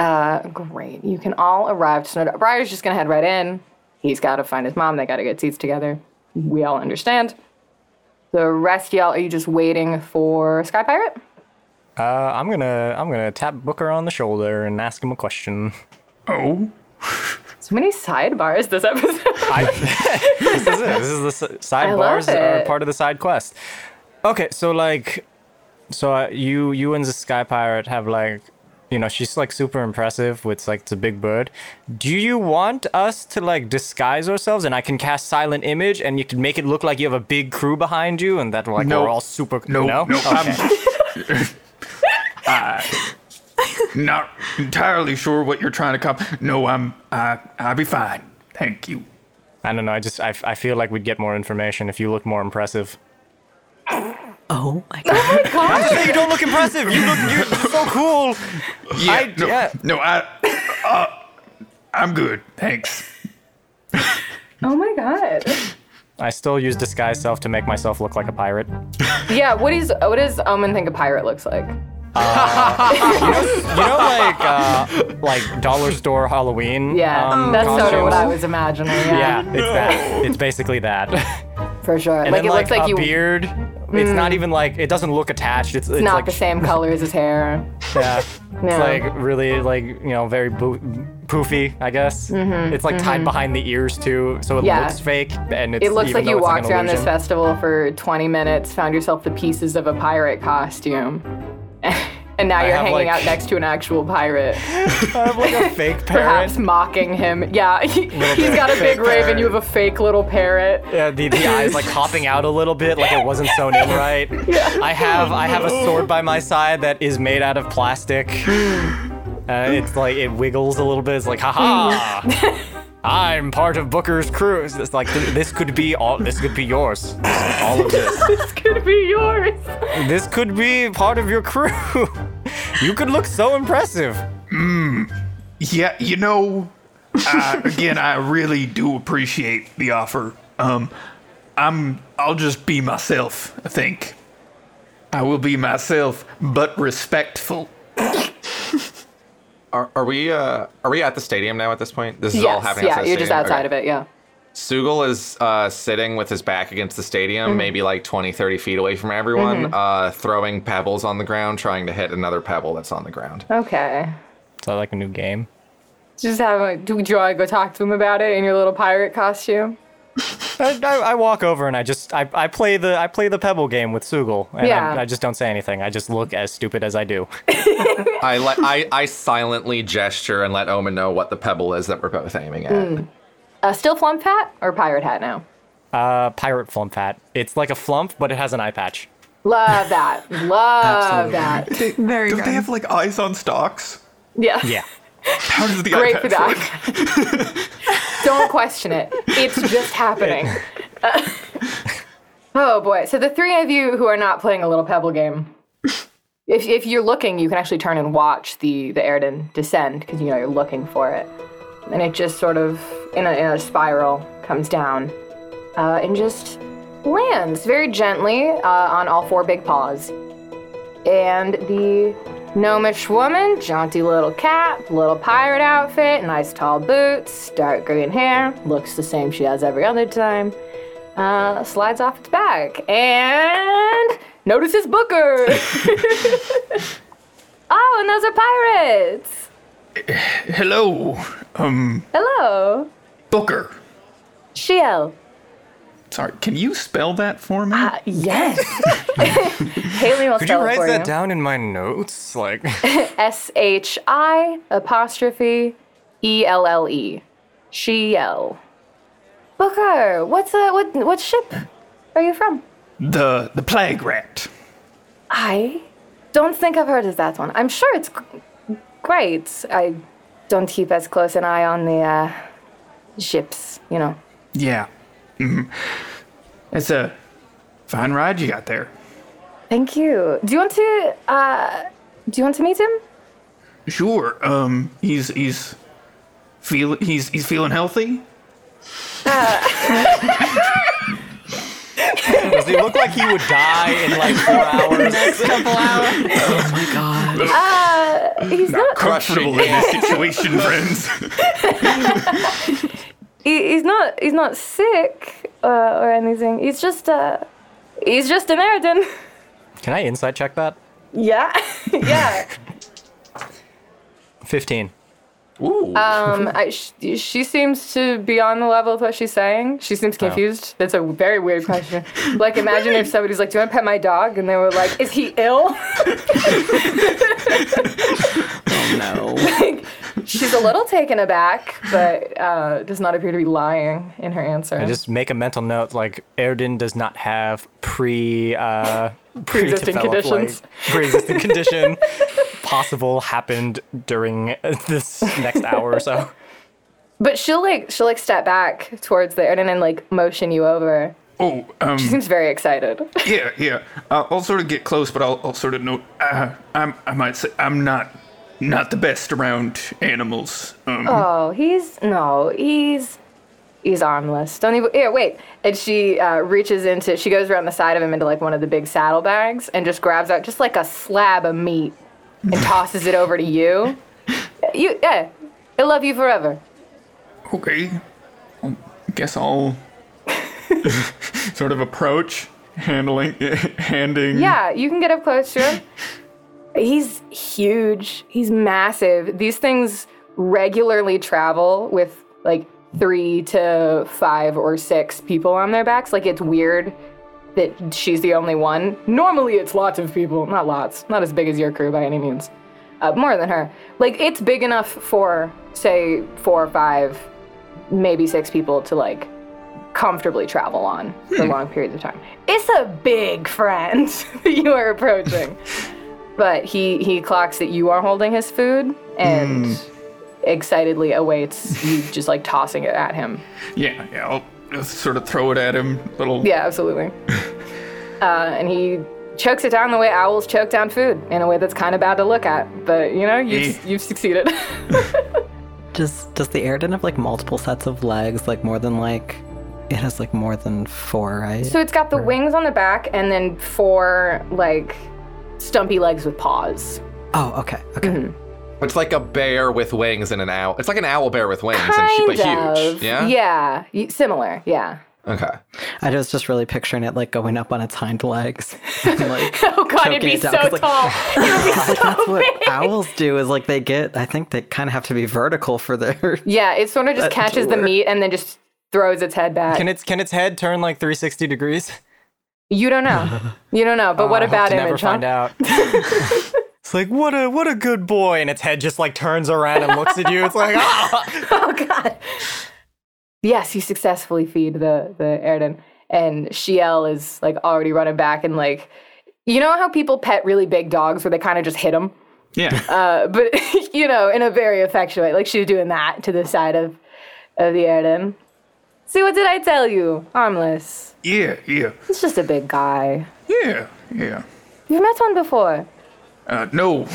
S1: Uh, Great. You can all arrive to Snowdrop. Briar's just going to head right in. He's got to find his mom. They got to get seats together. We all understand. The rest, y'all, are you just waiting for Sky Pirate?
S3: uh, I'm gonna I'm gonna tap Booker on the shoulder and ask him a question.
S6: Oh.
S1: So many sidebars this episode.
S3: I, this is it. This is the
S1: I love
S3: sidebars are
S1: it.
S3: part of the side quest. Okay, so like, so uh, you you and the sky pirate have like, you know, she's like super impressive with like the big bird. Do you want us to like disguise ourselves and I can cast silent image and you can make it look like you have a big crew behind you and that like
S6: No.
S3: we're all super
S6: No,
S3: no
S6: no,
S3: Okay.
S6: I'm I, not entirely sure what you're trying to come. No, I'm I I'll be fine. Thank you.
S3: I don't know. I just I, I feel like we'd get more information if you look more impressive.
S4: Oh my god.
S3: you don't look impressive. You look you're so cool.
S6: Yeah,
S3: I-
S6: no,
S3: yeah.
S6: no, I uh, I'm good. Thanks.
S1: oh my God.
S3: I still use disguise self to make myself look like a pirate.
S1: Yeah, what, is, what does Omen think a pirate looks like?
S3: Um, You know, like uh, like dollar store Halloween.
S1: Yeah,
S3: um,
S1: that's sort of what I
S3: costumes?
S1: was imagining. Yeah,
S3: Yeah, it's that. It's basically that.
S1: for sure.
S3: And
S1: like,
S3: then
S1: it
S3: like,
S1: looks like
S3: a
S1: you. Mm.
S3: beard. It's not even like it doesn't look attached. It's, it's
S1: Not
S3: like
S1: the same color as his hair.
S3: yeah,
S1: No.
S3: it's like really like you know very bo- poofy. I guess it's like tied behind the ears too, so it
S1: Mm-hmm, Yeah.
S3: looks fake. And it's,
S1: It looks
S3: even
S1: like
S3: though
S1: you
S3: it's
S1: walked
S3: an
S1: around this
S3: illusion.
S1: festival for 20 minutes, found yourself the pieces of a pirate costume, and now you're
S3: have,
S1: hanging
S3: like-
S1: out next to an actual pirate,
S3: I have like a fake parrot.
S1: perhaps mocking him. Yeah, he,
S3: bit
S1: he's got a
S3: fake
S1: big raven,
S3: parrot.
S1: you have a fake little parrot.
S3: Yeah, the, the eyes like popping out a little bit, like it wasn't sewn in right. I have I have a sword by my side that is made out of plastic. Uh, it's like it wiggles a little bit. It's like, haha, I'm part of Booker's crew. It's just like th- this could be all. This could be yours. All of this.
S1: This could be yours.
S3: This could be part of your crew. You could look so impressive.
S6: Yeah, you know, I, again, I really do appreciate the offer. Um, I'm I'll just be myself. I think I will be myself, but respectful.
S2: Are, are we uh, are we at the stadium now at this point? This is all
S1: Yes,
S2: happening
S1: yeah,
S2: outside the
S1: you're just
S2: stadium?
S1: outside
S2: Okay.
S1: of it, yeah.
S2: Sugal is uh, sitting with his back against the
S1: Mm-hmm.
S2: stadium, maybe like 20, 30 feet away from everyone, uh, throwing pebbles on the ground, trying to hit another pebble that's on the ground.
S1: Okay.
S3: So like a new game.
S1: Just have a. Do you want to go talk to him about it in your little pirate costume?
S3: I, I, I walk over and I just I, I play the I play the pebble game with Sugal and
S1: Yeah.
S3: I, I just don't say anything. I just look as stupid as I do.
S2: I, le- I I silently gesture and let Omen know what the pebble is that we're both aiming at.
S1: Uh, still flump hat or pirate hat now?
S3: Uh, pirate flump hat. It's like a flump, but it has an eye patch.
S1: Love that. Love that.
S5: Very
S6: Don't
S5: good.
S6: they have like eyes on stalks?
S1: Yeah.
S3: Yeah.
S6: How does the
S1: Great for
S6: iPad work?
S1: that. Don't question it. It's just happening. Uh, oh boy. So the three of you who are not playing a little pebble game. If, if you're looking, you can actually turn and watch the the Airden descend because you know you're looking for it, and it just sort of in a, in a spiral comes down, uh, and just lands very gently uh, on all four big paws, and the gnomish woman, jaunty little cap, little pirate outfit, nice tall boots, dark green hair, looks the same she has every other time, uh, slides off its back and notices Booker. oh, and those are pirates.
S6: Hello, um,
S1: Hello,
S6: Booker.
S1: Shiel.
S6: Sorry, can you spell that for me?
S1: Uh, yes. Haley will
S3: Could you
S1: spell it
S3: write
S1: for
S3: that
S1: you.
S3: down in my notes? Like,
S1: S H I apostrophe E L L E. Shiel. Booker, what's uh, what what ship are you from?
S6: the the plague rat.
S1: I don't think I've heard of that one. I'm sure it's g- great. I don't keep as close an eye on the uh, ships, you know.
S6: Yeah. Mm-hmm. It's a fine ride you got there.
S1: Thank you. Do you want to uh, do you want to meet him?
S6: Sure. Um, he's he's feel he's he's feeling healthy.
S3: does he look like he would die in like four hours?
S1: Uh, He's not.
S6: Comfortable in this situation, friends.
S1: he, he's not he's not sick uh, or anything. He's just uh, he's just an Eridan.
S3: Can I insight check that?
S1: Yeah, yeah.
S3: 15.
S2: Ooh.
S1: Um, I, sh- she seems to be on the level of what she's saying. She seems confused. That's a very weird question. Like, imagine if somebody's like, "Do you want to pet my dog?" and they were like, "Is he ill?"
S4: No.
S1: Like, she's a little taken aback, but uh, does not appear to be lying in her answer.
S3: I just make a mental note like Erden does not have pre uh
S1: Pre-existing
S3: pre-developed,
S1: conditions.
S3: like, pre-existing condition possible happened during this next hour or so.
S1: but she'll like she'll like step back towards the Erden and like motion you over.
S6: oh, um,
S1: She seems very excited.
S6: yeah, yeah. I'll, I'll sort of get close, but I'll, I'll sort of note. Uh, I'm I might say I'm not not the best around animals. Um,
S1: Oh, he's no, he's he's armless. Don't even here. Wait, and she uh, reaches into, she goes around the side of him into like one of the big saddlebags and just grabs out just like a slab of meat and tosses it over to you. You, yeah, I love you forever.
S6: okay. Um, I guess I'll sort of approach, handling, handing.
S1: Yeah, you can get up close to him. He's huge. He's massive. These things regularly travel with like three to five or six people on their backs. Like it's weird that she's the only one. Normally it's lots of people, not lots, not as big as your crew by any means. Uh, more than her. Like it's big enough for say four or five, maybe six people to like comfortably travel on for long periods of time. It's a big friend that you are approaching. but he he clocks that you are holding his food and excitedly awaits you just like tossing it at him.
S6: Yeah, yeah, I'll just sort of throw it at him. Little.
S1: Yeah, absolutely. uh, and he chokes it down the way owls choke down food in a way that's kind of bad to look at. But you know, you've,
S6: Eh.
S1: you've succeeded.
S4: Does does the Airden have like multiple sets of legs? Like more than like it has like more than four, right?
S1: so it's got the wings on the back and then four like stumpy legs with paws.
S4: oh, okay, okay.
S1: Mm-hmm.
S2: It's like a bear with wings and an owl. It's like an owl bear with wings, and she, but huge. Yeah.
S1: Yeah. y- Similar. Yeah.
S2: Okay.
S4: I was just really picturing it like going up on its hind legs. and, like,
S1: Oh god,
S4: Choking
S1: it'd be
S4: it down,
S1: so
S4: 'cause, like-
S1: tall.
S4: like, that's
S1: Oh,
S4: what owls do is like they get I think they kind of have to be vertical for their
S1: yeah, it sort of just catches the
S4: door.
S1: meat and then just throws its head back.
S3: Can its can its head turn like 360 degrees?
S1: you don't know. You don't know. But what
S3: Oh, I
S1: about
S3: hope to never
S1: image? huh?
S3: find out. It's like what a what a good boy, and its head just like turns around and looks at you. It's like ah,
S1: Oh god. Yes, you successfully feed the the Erden, and Shiel is like already running back and like You know how people pet really big dogs where they kind of just hit them?
S6: Yeah.
S1: Uh, but you know, in a very affectionate way. Like she's doing that to the side of of the Erdem. See, what did I tell you? Harmless.
S6: yeah, yeah,
S1: It's just a big guy.
S6: yeah, yeah.
S1: You've met one before.
S6: Uh, no,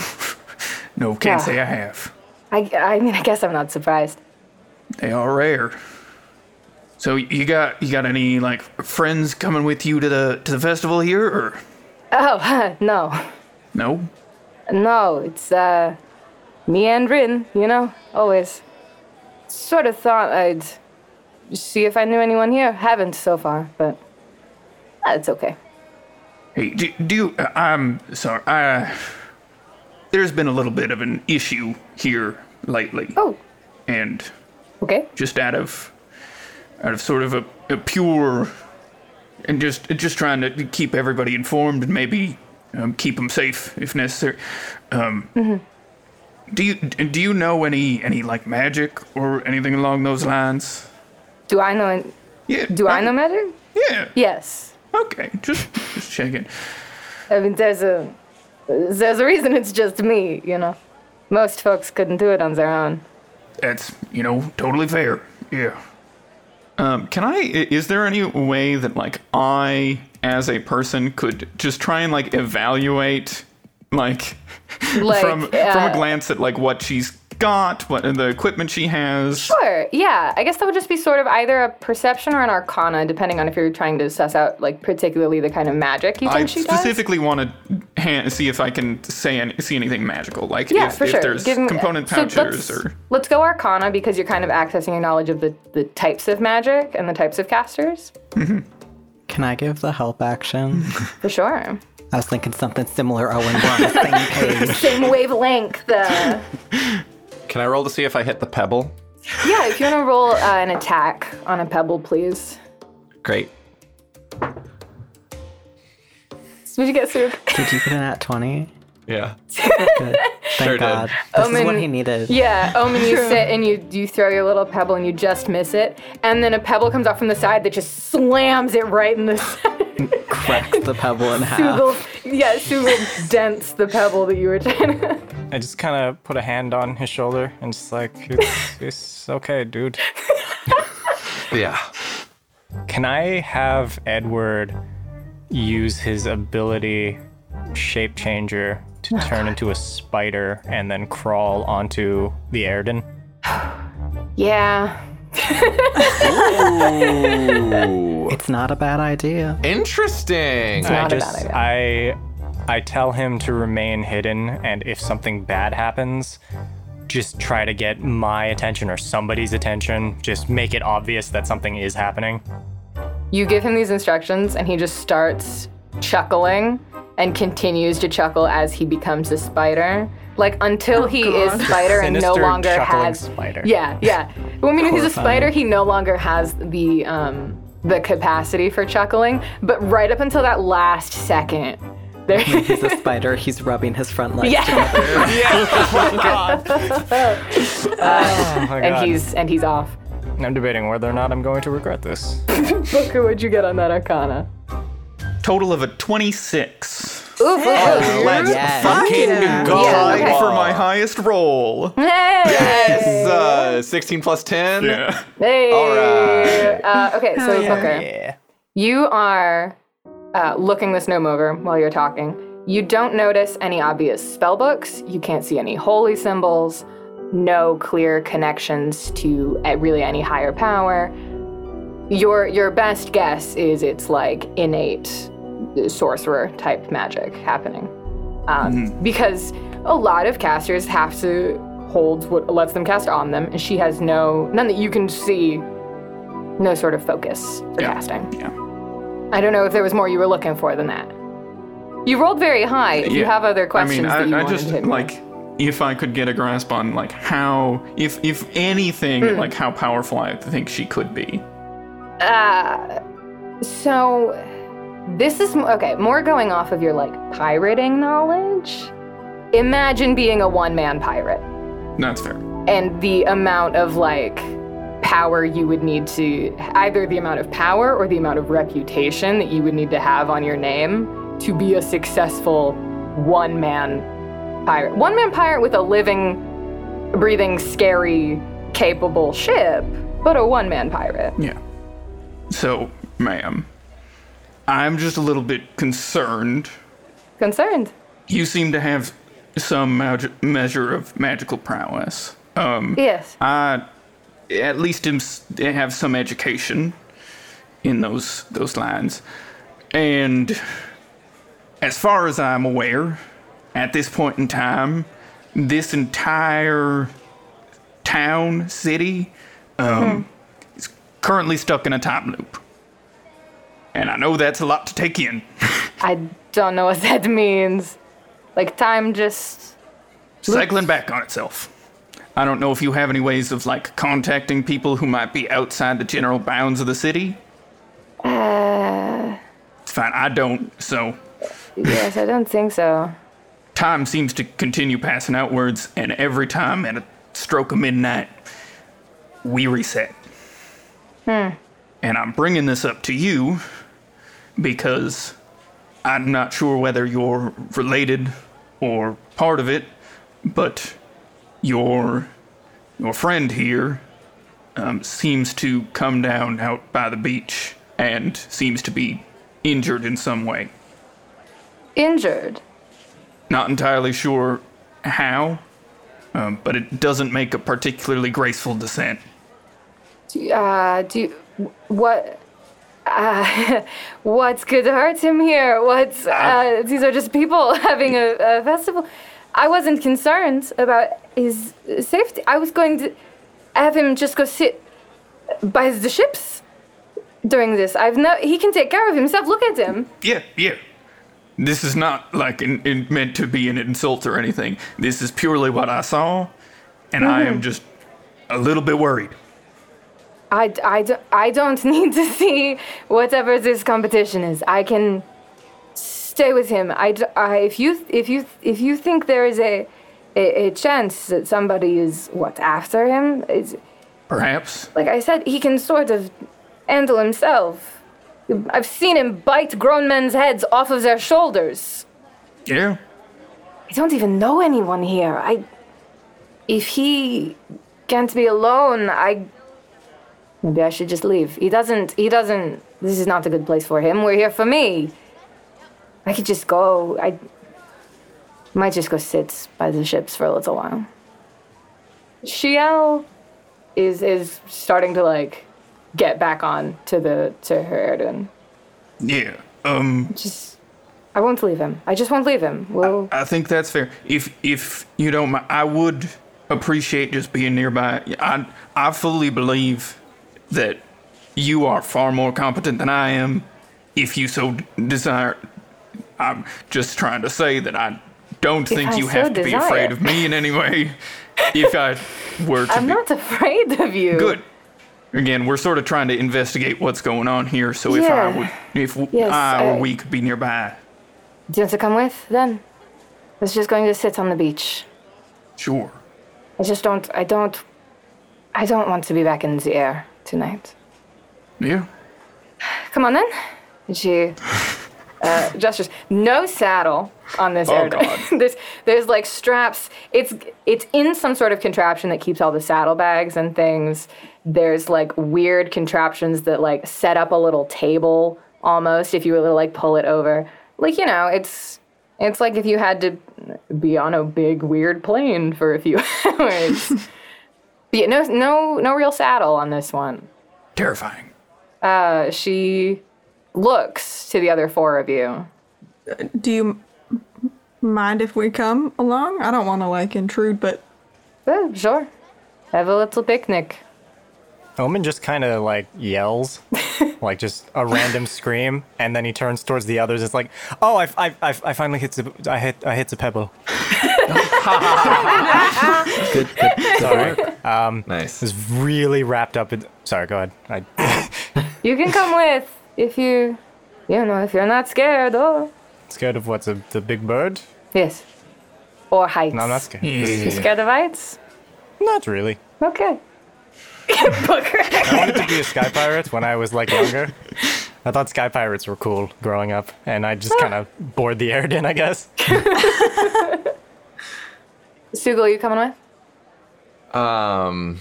S6: no,
S1: Yeah.
S6: can't say I have.
S1: I, I mean, I guess I'm not surprised.
S6: They are rare. So you got you got any like friends coming with you to the to the festival here or
S1: Oh, no.
S6: no?
S1: No, it's uh, me and Rin, you know, always. Sort of thought I'd see if I knew anyone here. Haven't so far, but that's okay.
S6: Hey, do, do you, uh, I'm sorry. I there's been a little bit of an issue here lately,
S1: Oh,
S6: and
S1: okay.
S6: just out of out of sort of a, a pure and just just trying to keep everybody informed and maybe um, keep them safe if necessary. Um,
S1: Mm-hmm.
S6: Do you do you know any any like magic or anything along those lines?
S1: Do I know? an-
S6: Yeah.
S1: Do I know magic?
S6: Yeah.
S1: Yes.
S6: Okay. Just just checking.
S1: I mean, there's a there's a reason it's just me, you know. Most folks couldn't do it on their own.
S6: That's you know totally fair. Yeah. Um, can I? i- Is there any way that like I, as a person, could just try and like evaluate, like,
S1: Like,
S6: from from a
S1: uh,
S6: glance at like what she's got, what the equipment she has?
S1: Sure. Yeah. I guess that would just be sort of either a perception or an arcana, depending on if you're trying to suss out like particularly the kind of magic you think
S6: I
S1: she does.
S6: specifically want to ha- see if I can say any, see anything magical, like
S1: Yeah,
S6: if,
S1: for
S6: if
S1: sure.
S6: there's
S1: Give me- uh,
S6: component
S1: so
S6: pouches
S1: let's,
S6: or
S1: Let's go Arcana because you're kind of accessing your knowledge of the, the types of magic and the types of casters.
S4: Can I give the help action?
S1: For sure.
S4: I was thinking something similar, Owen. We're on the same page.
S1: Same wavelength. Uh,
S2: Can I roll to see if I hit the pebble?
S1: yeah, if you want to roll uh, an attack on a pebble, please.
S2: Great.
S1: Did you get through?
S4: Did you get an at 20?
S2: Yeah.
S4: Thank
S2: Sure did.
S4: God. This is what
S1: Omen-
S4: he needed.
S1: Yeah, Omen, you sit and you you throw your little pebble and you just miss it, and then a pebble comes off from the side that just slams it right in the center.
S4: Cracks the pebble in half.
S1: Sugal, yeah, Sugal dents the pebble that you were trying to.
S3: I just kind of put a hand on his shoulder and just like, it's, it's okay, dude.
S2: Yeah.
S3: Can I have Edward use his ability shape changer to turn into a spider and then crawl onto the Airden?
S1: Yeah.
S4: It's not a bad idea.
S2: Interesting.
S3: I
S1: not a bad
S3: just
S1: idea.
S3: I I tell him to remain hidden and if something bad happens, just try to get my attention or somebody's attention. Just make it obvious that something is happening.
S1: You give him these instructions, and he just starts chuckling and continues to chuckle as he becomes a spider. Like until he is spider and no
S3: Sinister
S1: longer
S3: chuckling
S1: has.
S3: spider.
S1: Yeah, yeah. Well, I mean, if he's a
S4: Horrifying.
S1: spider, he no longer has the um, the capacity for chuckling. But right up until that last second, there.
S4: He's a spider. He's rubbing his front legs.
S1: yeah,
S3: Oh my
S1: and
S3: god.
S1: he's and he's off.
S3: I'm debating whether or not I'm going to regret this.
S1: Booker, what'd you get on that Arcana?
S6: total of a twenty-six.
S1: Ooh, ooh, ooh.
S4: Let's yes.
S5: Yeah.
S2: Go
S1: Oh, Yeah, okay.
S6: For my highest roll.
S1: Hey!
S2: It's, uh, 16 plus 10.
S6: Yeah.
S1: Hey.
S2: All right.
S1: Uh, okay, so Booker, you are uh, looking the gnome over while you're talking. You don't notice any obvious spell books. You can't see any holy symbols. No clear connections to uh, really any higher power. Your your best guess is it's like innate sorcerer type magic happening, um,
S6: Mm-hmm.
S1: because a lot of casters have to hold what lets them cast on them, and she has no none that you can see, no sort of focus for casting.
S6: Yeah.
S1: I don't know if there was more you were looking for than that. You rolled very high. If You
S6: Yeah.
S1: have other questions
S6: I
S1: that you
S6: mean, I, I
S1: wanted
S6: just
S1: to hit me with.
S6: like if I could get a grasp on like how, if if anything,
S1: Hmm.
S6: like how powerful I think she could be.
S1: Uh, so this is okay. More going off of your like pirating knowledge. Imagine being a one-man pirate
S6: That's fair.
S1: and the amount of like power you would need to either the amount of power or the amount of reputation that you would need to have on your name to be a successful one man pirate. One man pirate with a living, breathing, scary, capable ship, but a one man pirate.
S6: Yeah. So, ma'am, I'm just a little bit concerned.
S1: Concerned.
S6: You seem to have some mag- measure of magical prowess. Um,
S1: Yes.
S6: I at least am, s- have some education in those those lines, and as far as I'm aware, at this point in time, this entire town city um, is currently stuck in a time loop, and I know that's a lot to take in.
S1: I don't know what that means. Like, time just.
S6: cycling back on itself. I don't know if you have any ways of like contacting people who might be outside the general bounds of the city.
S1: Uh,
S6: It's fine, I don't. So
S1: yes, I don't think so.
S6: time seems to continue passing outwards, and every time at a stroke of midnight, we reset.
S5: Hmm.
S6: And I'm bringing this up to you because I'm not sure whether you're related or part of it, but your your friend here um, seems to come down out by the beach and seems to be injured in some way.
S1: Injured.
S6: Not entirely sure how, um, but it doesn't make a particularly graceful descent.
S1: Do- Uh, do you, what? Uh, what's good to hurt him here? What's uh, these are just people having a, a festival. I wasn't concerned about his uh, safety. I was going to have him just go sit by the ships during this. I've no. He can take care of himself. Look at him.
S6: Yeah, yeah. This is not like an, in, meant to be an insult or anything. This is purely what I saw, and I am just a little bit worried.
S1: I, d- I, d- I don't need to see whatever this competition is. I can stay with him. I, d- I- if you if you if you think there is a, a a chance that somebody is what after him, it's,
S6: Perhaps.
S1: like I said, he can sort of handle himself. I've seen him bite grown men's heads off of their shoulders.
S6: Yeah.
S1: I don't even know anyone here. I if he can't be alone, I maybe I should just leave. He doesn't he doesn't this is not a good place for him. We're here for me. I could just go. I might just go sit by the ships for a little while. Shiel is is starting to like get back on to the to her Erdogan.
S6: Yeah. Um,
S1: Just I won't leave him. I just won't leave him. We'll
S6: I think that's fair. If if you don't mind, I would appreciate just being nearby. I I fully believe that you are far more competent than I am, if you so d- desire. I'm just trying to say that I don't think
S1: I
S6: you
S1: so
S6: have to be
S1: desire.
S6: afraid of me in any way. if I were to
S1: I'm
S6: be
S1: not afraid of you.
S6: good. Again, we're sort of trying to investigate what's going on here. So if I
S1: Yeah.
S6: would, if w
S1: Yes, uh,
S6: I or
S1: I-
S6: we could be nearby,
S1: Do you want to come with then? I was just going to sit on the beach.
S6: sure.
S1: I just don't. I don't. I don't want to be back in the air tonight.
S6: Yeah.
S1: Come on then. And she uh, gestures. No saddle on this air.
S6: God.
S1: there's there's like straps. It's it's in some sort of contraption that keeps all the saddlebags and things. There's like weird contraptions that like set up a little table almost if you were to like pull it over. Like you know, it's it's like if you had to be on a big weird plane for a few hours. but yeah, no no no real saddle on this one
S6: Terrifying.
S1: Uh, she looks to the other four of you.
S5: Do you m- mind if we come along? I don't want to like intrude, but
S1: Oh, sure. Have a little picnic.
S3: Omen just kind of like yells, like just a random scream, and then he turns towards the others. It's like, oh, I, I, I, I finally hit the, I hit, I hit the pebble.
S2: Good, good.
S3: Sorry,
S2: nice.
S3: was really wrapped up in. Sorry, go ahead. I,
S1: You can come with if you, you know, if you're not scared. Oh,
S3: scared of what's a, the big bird?
S1: yes. Or heights.
S3: No, I'm not scared.
S1: You scared of heights?
S3: Not really.
S1: Okay.
S3: I wanted to be a sky pirate when I was like younger. I thought sky pirates were cool growing up, and I just kind of bored the air in, I guess.
S1: Sugal, you coming with?
S2: Um,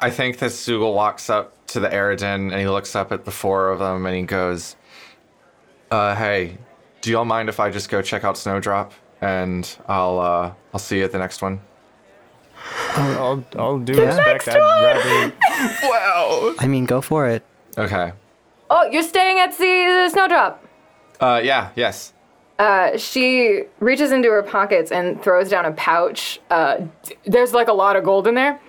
S2: I think that Sugal walks up to the Aridin and he looks up at the four of them and he goes, uh, "Hey, do y'all mind if I just go check out Snowdrop and I'll uh, I'll see you at the next one."
S3: I'll, I'll do respect. I'd
S4: I mean, go for it.
S2: Okay.
S1: Oh, you're staying at the, the snowdrop.
S2: Uh, yeah. Yes.
S1: Uh, she reaches into her pockets and throws down a pouch. Uh, d- there's like a lot of gold in there.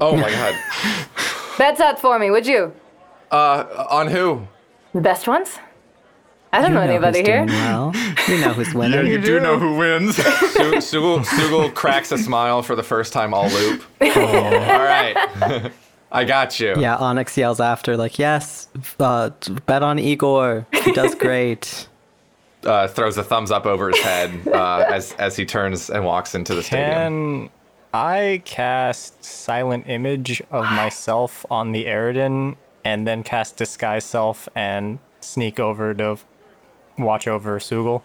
S2: Oh my god.
S1: Bets out for me, would you?
S2: Uh, on who?
S1: The best ones? I don't know,
S4: You
S1: anybody
S4: who's
S1: here.
S4: Doing well. You know who's winning.
S2: you do know who wins. Su- Sugal, Sugal cracks a smile for the first time all loop. All right. I got you.
S4: Yeah, Onyx yells after, like, yes, uh, t- bet on Igor. He does great.
S2: Uh, throws a thumbs up over his head uh, as as he turns and walks into the stadium.
S3: Can I cast silent image of myself on the Aridin and then cast disguise self and sneak over to watch over Sugal?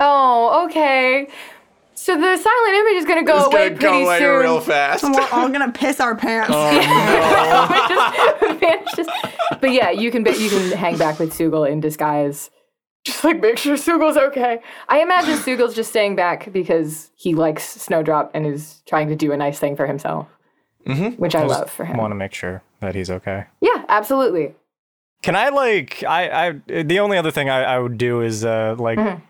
S1: Oh, okay. So the silent image is gonna go
S2: It's
S1: away pretty
S2: gonna go away
S1: soon.
S2: real fast.
S5: And we're all gonna piss our pants.
S2: Oh,
S1: It's just- but yeah, you can be, you can hang back with Sugal in disguise. Just like make sure Sugal's okay. I imagine Sugal's just staying back because he likes Snowdrop and is trying to do a nice thing for himself, which I, love for him.
S3: Want to make sure that he's okay.
S1: Yeah, absolutely.
S3: Can I like I I the only other thing I, I would do is uh like
S1: Mm-hmm.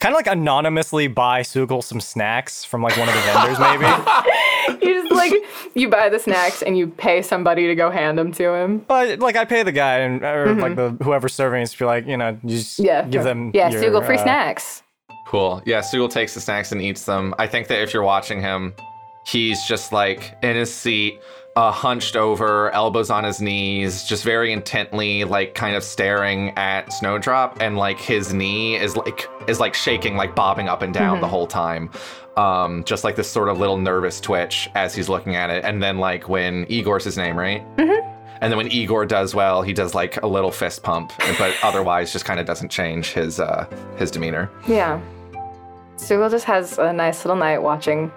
S3: kind of like anonymously buy Sugal some snacks from like one of the vendors maybe.
S1: You just like you buy the snacks and you pay somebody to go hand them to him.
S3: But like I pay the guy and or like the whoever's serving is be like, you know, you just
S1: Mm-hmm. Yeah,
S3: give them
S1: yeah
S3: your,
S1: Sugal free
S3: uh,
S1: snacks.
S2: Cool. Yeah, Sewell takes the snacks and eats them. I think that if you're watching him, he's just like in his seat, uh, hunched over, elbows on his knees, just very intently, like kind of staring at Snowdrop, and like his knee is like is like shaking, like bobbing up and down the whole time. Um, just like this sort of little nervous twitch as he's looking at it. And then like when Igor's his name, right? And then when Igor does well, he does like a little fist pump, but otherwise just kind of doesn't change his uh, his demeanor.
S1: Yeah. Sugal just has a nice little night watching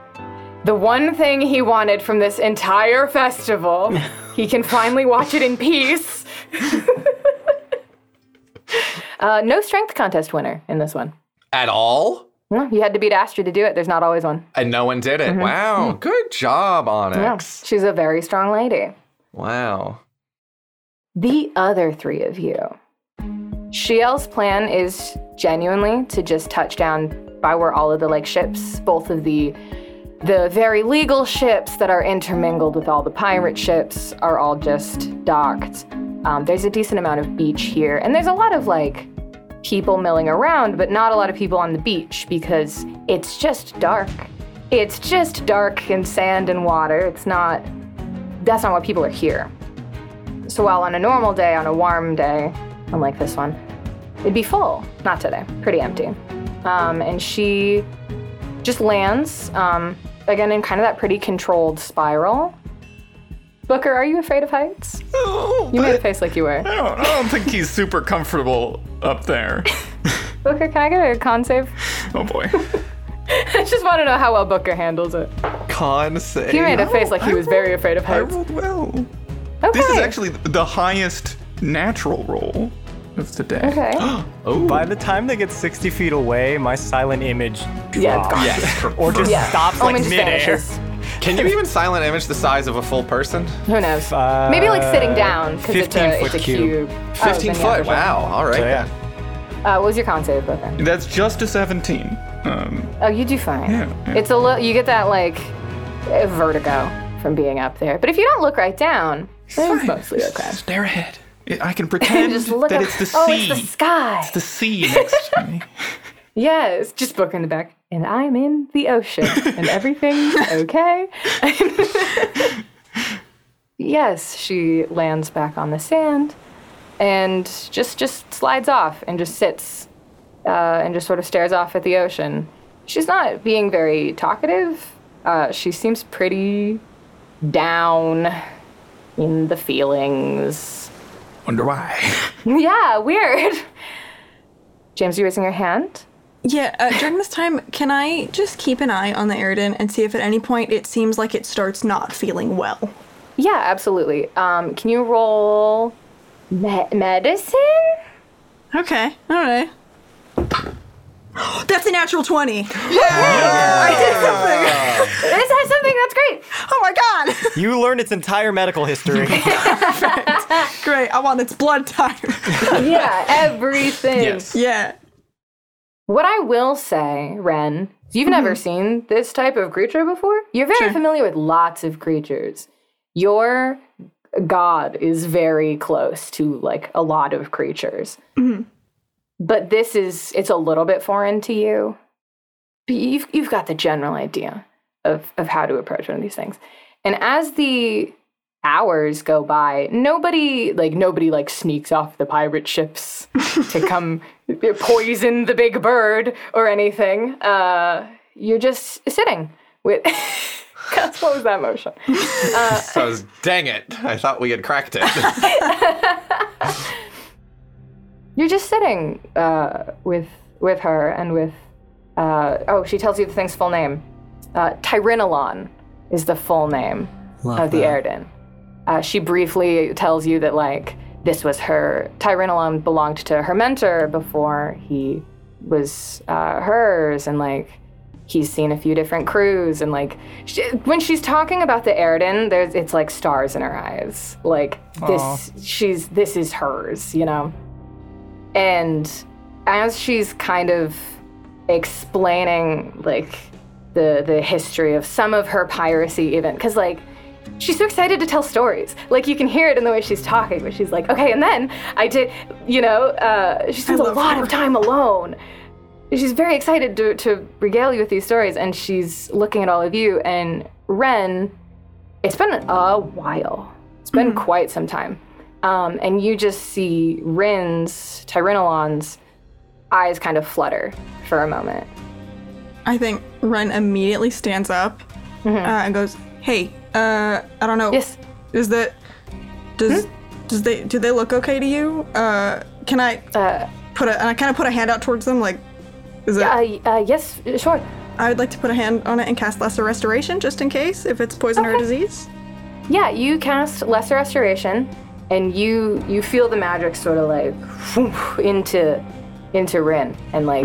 S1: the one thing he wanted from this entire festival. he can finally watch it in peace. uh, no strength contest winner in this one.
S2: at all?
S1: No, You had to beat Astrid to do it. There's not always one.
S2: And no one did it. Wow. Good job,
S1: No,
S2: Onyx.
S1: she's a very strong lady.
S2: Wow.
S1: The other three of you. Shiel's plan is genuinely to just touch down by where all of the like ships, both of the the very legal ships that are intermingled with all the pirate ships, are all just docked. Um, there's a decent amount of beach here, and there's a lot of like people milling around, but not a lot of people on the beach because it's just dark. It's just dark and sand and water. It's not. That's not what people are here. So while on a normal day, on a warm day, unlike this one, it'd be full. Not today. Pretty empty. Um, and she just lands um, again in kind of that pretty controlled spiral. Booker, are you afraid of heights? You made a face like you were.
S6: I don't, I don't think he's super comfortable up there.
S1: Booker, can I get a con save?
S6: Oh boy.
S1: I just want to know how well Booker handles it.
S2: Con save.
S1: He made a face like he was very afraid of
S6: I
S1: heights.
S6: rolled well.
S1: Okay.
S6: This is actually the highest natural roll of the day.
S1: okay.
S3: By the time they get 60 feet away, my silent image
S1: Yeah, it's
S3: drops.
S1: gone.
S3: Or just
S1: Yeah. Oh
S3: stops like
S1: Omen just
S3: midair.
S1: vanishes.
S2: Can you even silent image the size of a full person?
S1: Who knows? Maybe like sitting down because it's
S3: 15
S1: a, it's
S3: foot
S1: a cube.
S3: cube.
S1: Oh,
S2: 15
S1: then yeah,
S2: foot.
S1: for sure.
S2: Wow. All right.
S3: So yeah.
S1: Uh, what was your con save, Booker?
S6: Oh, That's just a 17. Um,
S1: Oh, you do fine.
S6: Yeah, yeah.
S1: It's a little. You get that like eh, vertigo from being up there. But if you don't look right down, then it's
S6: fine.
S1: mostly okay.
S6: Stare ahead. I- I can pretend
S1: Just look
S6: that
S1: up.
S6: it's the
S1: oh,
S6: sea.
S1: it's the sky.
S6: the sea next to me.
S1: Yes, just Booker in the back. And I'm in the ocean, and everything's okay. yes, she lands back on the sand, and just just slides off and just sits, uh, and just sort of stares off at the ocean. She's not being very talkative. Uh, she seems pretty down in the feelings.
S6: Wonder why.
S1: Yeah, weird. James, you raising your hand?
S5: Yeah, uh, during this time, can I just keep an eye on the Aridin and see if at any point it seems like it starts not feeling well?
S1: Yeah, absolutely. Um, can you roll me- medicine?
S5: Okay, all right. That's a natural 20.
S1: This has something that's great.
S5: Oh my god!
S3: You learned its entire medical history.
S5: Oh Great, I want its blood type.
S1: Yeah, everything.
S2: Yes.
S5: yeah.
S1: What I will say, Ren, is you've never seen this type of creature before. You're very familiar with lots of creatures. Your god is very close to like a lot of creatures.
S5: Mm-hmm.
S1: But this is it's a little bit foreign to you. But you've you've got the general idea of, of how to approach one of these things. And as the hours go by, nobody like nobody like sneaks off the pirate ships to come poison the big bird or anything. Uh, you're just sitting with. God, what was that motion?
S2: So I was- dang it. I thought we had cracked it.
S1: You're just sitting uh, with with her and with. Uh, oh, she tells you the thing's full name. Uh, Tyrannolon is the full name.
S4: Love
S1: of the
S4: that.
S1: Aridin. Uh, she briefly tells you that like this was her Tyrannolon belonged to her mentor before he was uh, hers, and like he's seen a few different crews, and like she, when she's talking about the Aridin, there's it's like stars in her eyes, like this she's this is hers, you know. And as she's kind of explaining like the the history of some of her piracy even, because like she's so excited to tell stories. Like you can hear it in the way she's talking, but she's like, okay, and then I did, you know, uh, she spends a lot of time alone. She's very excited to, to regale you with these stories, and she's looking at all of you. And Ren, it's been a while. It's been quite some time. Um, and you just see Ren's, Tyrannolon's eyes kind of flutter for a moment.
S5: I think Ren immediately stands up uh, and goes, "Hey, uh, I don't know.
S1: Mm-hmm. Yes. Hmm?
S5: is that does does they do they look okay to you? Uh, can I
S1: Uh,
S5: put a and I kind of put a hand out towards them like, is it?
S1: uh, uh, yes, sure.
S5: I would like to put a hand on it and cast Lesser Restoration just in case if it's poison or disease.
S1: Yeah, you cast Lesser Restoration, and you you feel the magic sort of like whoomp into into Rin, and like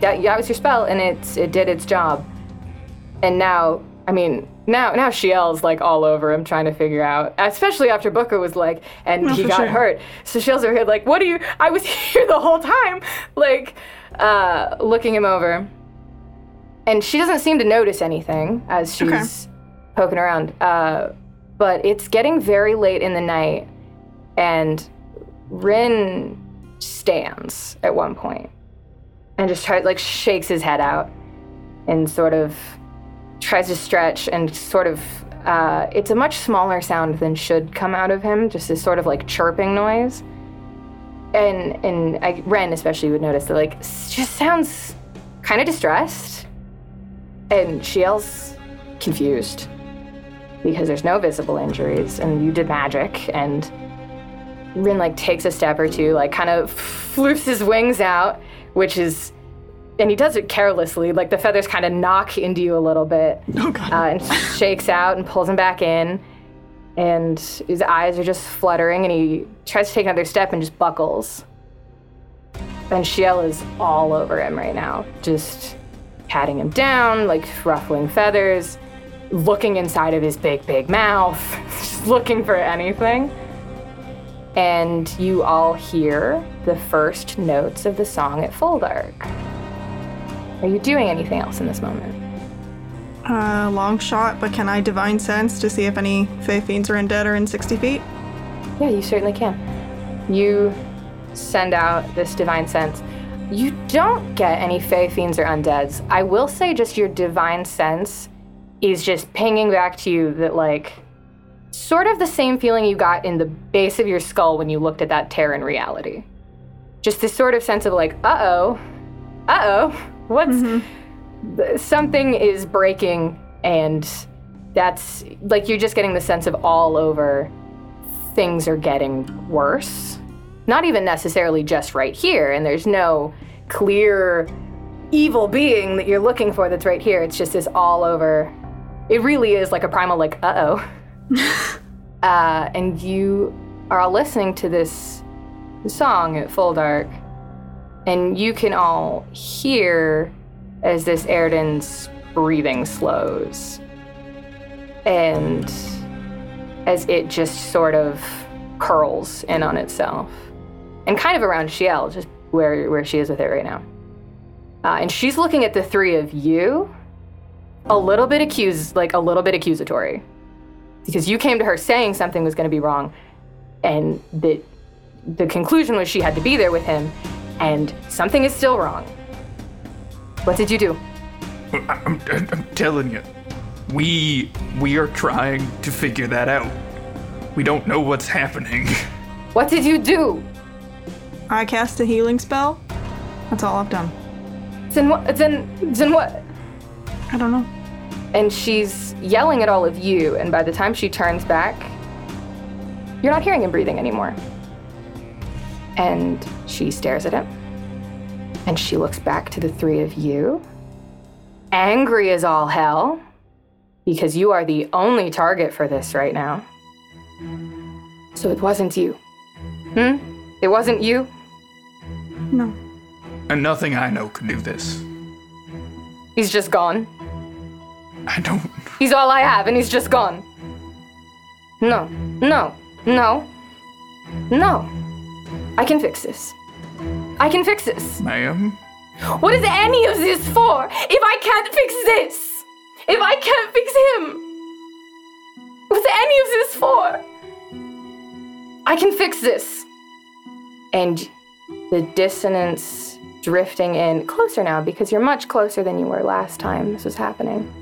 S1: that, that was your spell, and it's it did its job. And now, I mean, now now Shiel's like all over him trying to figure out, especially after Booker was like, and he
S5: for
S1: got
S5: sure.
S1: hurt. So Shiel's over here like, what do you? I was here the whole time, like uh, looking him over, and she doesn't seem to notice anything as she's poking around. Uh, but it's getting very late in the night, and Rin stands at one point and just tries, like, shakes his head out and sort of tries to stretch and sort of. Uh, it's a much smaller sound than should come out of him, just this sort of like chirping noise. And and I, Ren especially would notice that like s- just sounds kind of distressed, and she yells confused because there's no visible injuries and you did magic and Rin like takes a step or two, like kind of floofs his wings out, which is and he does it carelessly, like the feathers kind of knock into you a little bit. Uh, and shakes out and pulls him back in. And his eyes are just fluttering and he tries to take another step and just buckles. And Shiel is all over him right now, just patting him down, like ruffling feathers looking inside of his big, big mouth, just looking for anything. And you all hear the first notes of the song at full dark. Are you doing anything else in this moment?
S5: Uh, long shot, but can I divine sense to see if any fey fiends are in dead or in 60 feet?
S1: Yeah, you certainly can. You send out this divine sense. You don't get any fey fiends or undeads. I will say, just your divine sense is just pinging back to you that, like, sort of the same feeling you got in the base of your skull when you looked at that Terran reality. Just this sort of sense of, like, uh oh, uh oh, what's. th- Something is breaking, and that's like you're just getting the sense of all over things are getting worse not even necessarily just right here, and there's no clear evil being that you're looking for that's right here. It's just this all over. It really is like a primal, like, uh oh. uh, and you are all listening to this song at full dark, and you can all hear as this Airden's breathing slows. And as it just sort of curls in on itself and kind of around Shiel, just where, where she is with it right now. Uh, and she's looking at the three of you a little bit accused, like a little bit accusatory. Because you came to her saying something was going to be wrong, and that the conclusion was she had to be there with him, and something is still wrong. What did you do?
S6: I'm, I'm, I'm telling you, we we are trying to figure that out. We don't know what's happening.
S1: What did you do?
S5: I cast a healing spell. That's all I've done.
S1: Then what? Then then what?
S5: I don't know.
S1: And she's yelling at all of you. And by the time she turns back, you're not hearing him breathing anymore. And she stares at him. And she looks back to the three of you, angry as all hell, because you are the only target for this right now. So it wasn't you. Hmm? It wasn't you?
S5: No.
S6: And nothing I know can do this.
S1: He's just gone.
S6: I don't.
S1: He's all I have, and he's just gone. No, no, no, no. I can fix this. I can fix this.
S6: Ma'am?
S1: What is any of this for if I can't fix this? If I can't fix him? What's any of this for? I can fix this. And the dissonance drifting in closer now because you're much closer than you were last time this was happening.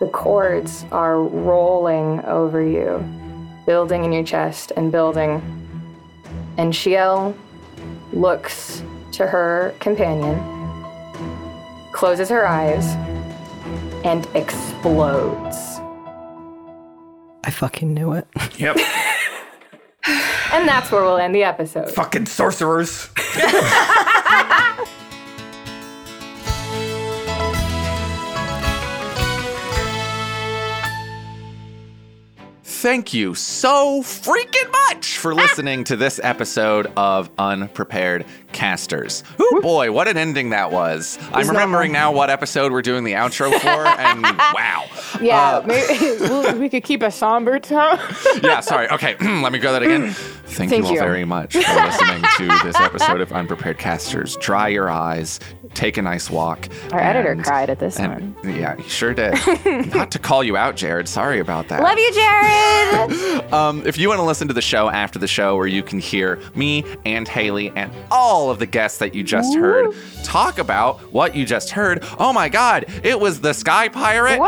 S1: The chords are rolling over you, building in your chest and building. And Shiel looks to her companion, closes her eyes, and explodes.
S4: I fucking knew it.
S6: Yep.
S1: And that's where we'll end the episode.
S6: Fucking sorcerers.
S2: Thank you so freaking much
S1: Ah!
S2: for listening to this episode of Unprepared Casters. Ooh, boy, what an ending that was. I'm remembering now what episode we're doing the outro for, and wow.
S1: Yeah,
S2: Uh,
S1: maybe we'll- we could keep a somber tone.
S2: yeah, sorry. Okay, let me go that again. Thank,
S1: Thank
S2: you all
S1: you.
S2: very much for listening to this episode of Unprepared Casters. Dry your eyes, take a nice walk.
S1: Our editor cried at this
S2: and- Yeah, he sure did. Not to call you out, Jared. Sorry about that.
S7: Love you, Jared.
S2: Um, if you want to listen to the show after the show, where you can hear me and Haley and all of the guests that you just heard talk about what you just heard, oh my God, it was the Sky Pirate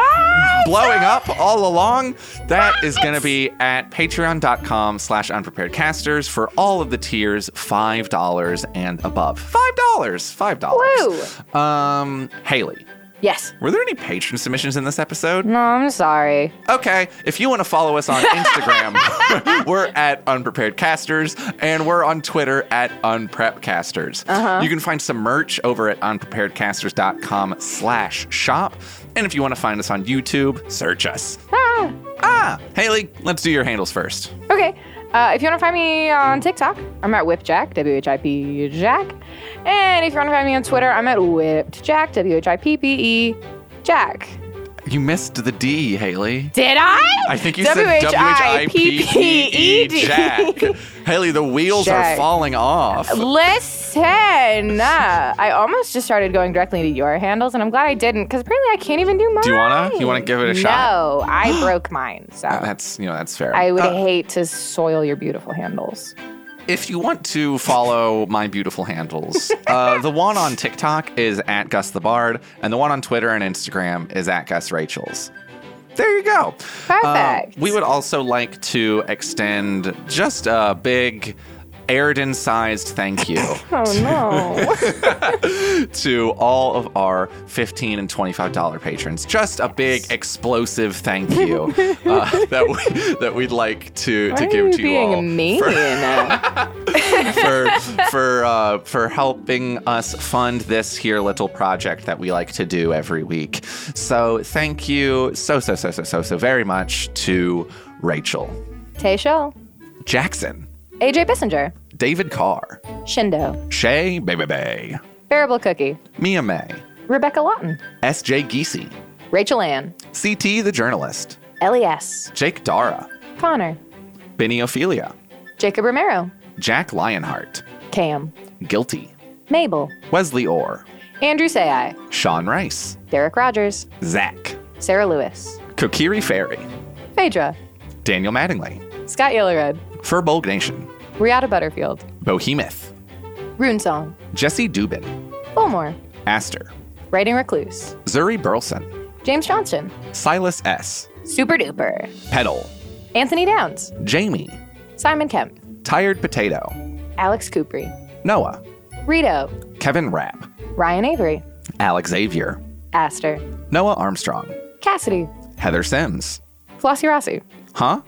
S2: blowing up all along. That is going to be at patreon.com slash unpreparedcasters for all of the tiers $5 and above. $5. $5. Um, Haley,
S1: Yes.
S2: were there any patron submissions in this episode?
S1: No, I'm sorry.
S2: Okay, if you want to follow us on Instagram, we're at unpreparedcasters, and we're on Twitter at unprepcasters.
S1: Uh-huh.
S2: You can find some merch over at unpreparedcasters.com slash shop. And if you want to find us on YouTube, search us.
S1: Ah,
S2: Ah, Haley, let's do your handles first.
S1: okay. Uh, if you want to find me on TikTok, I'm at WhipJack, W H I P Jack. And if you want to find me on Twitter, I'm at WhippedJack, W H I P P E Jack.
S2: You missed the D, Haley.
S1: Did I?
S2: I think you said
S1: E,
S2: W-H-I-P-P-E, E, Jack. Haley, the wheels are
S1: Jack.
S2: falling off.
S1: Listen, uh, I almost just started going directly to your handles, and I'm glad I didn't because apparently I can't even do mine.
S2: Do you wanna- you wanna give it a shot?
S1: No, I broke mine, so
S2: That's, you know, that's fair.
S1: I would
S2: Uh,
S1: hate to soil your beautiful handles.
S2: if you want to follow my beautiful handles, uh, the one on TikTok is at Gus the Bard, and the one on Twitter and Instagram is at Gus Rachels. There you go. Um,
S1: Perfect.
S2: we would also like to extend just a big Aridin sized thank you.
S8: Oh no.
S2: to all of our 15 and 25 dollar patrons just a big explosive thank you uh, that we that we'd like to to
S8: Why are
S2: give
S8: you
S2: to you all
S8: being mean?
S2: for for uh, for helping us fund this here little project that we like to do every week so thank you so so so so so so very much to Rachel
S1: Tay Shell,
S2: Jackson
S1: AJ Bissinger,
S2: David Carr
S1: Shindo,
S2: Shay Baby Bay
S1: Bearable Cookie,
S2: Mia May
S1: Rebecca Lawton,
S2: S.J. Giese
S1: Rachel Ann,
S2: C.T. the journalist
S1: Elias,
S2: Jake Dara
S1: Connor,
S2: Benny Ophelia,
S1: Jacob Romero,
S2: Jack Lionheart,
S1: Cam,
S2: Guilty,
S1: Mabel,
S2: Wesley Orr,
S1: Andrew Sayai,
S2: Sean Rice,
S1: Derek Rogers,
S2: Zach,
S1: Sarah Lewis,
S2: Kokiri Ferry,
S1: Phaedra,
S2: Daniel Mattingly,
S1: Scott Yellerud,
S2: Furbolg Nation,
S1: Riata Butterfield,
S2: Bohemoth,
S1: Runesong,
S2: Jesse Dubin,
S1: Bullmore,
S2: Aster,
S1: Writing Recluse,
S2: Zuri Burleson,
S1: James Johnson,
S2: Silas S.,
S1: Super Duper,
S2: Peddle,
S1: Anthony Downs,
S2: Jamie,
S1: Simon Kemp,
S2: Tired Potato,
S1: Alex Kupri,
S2: Noah,
S1: Rito,
S2: Kevin Rapp,
S1: Ryan Avery,
S2: Alex Xavier,
S1: Aster,
S2: Noah Armstrong,
S1: Cassidy,
S2: Heather Sims,
S1: Flossie Rossi,
S2: Huh?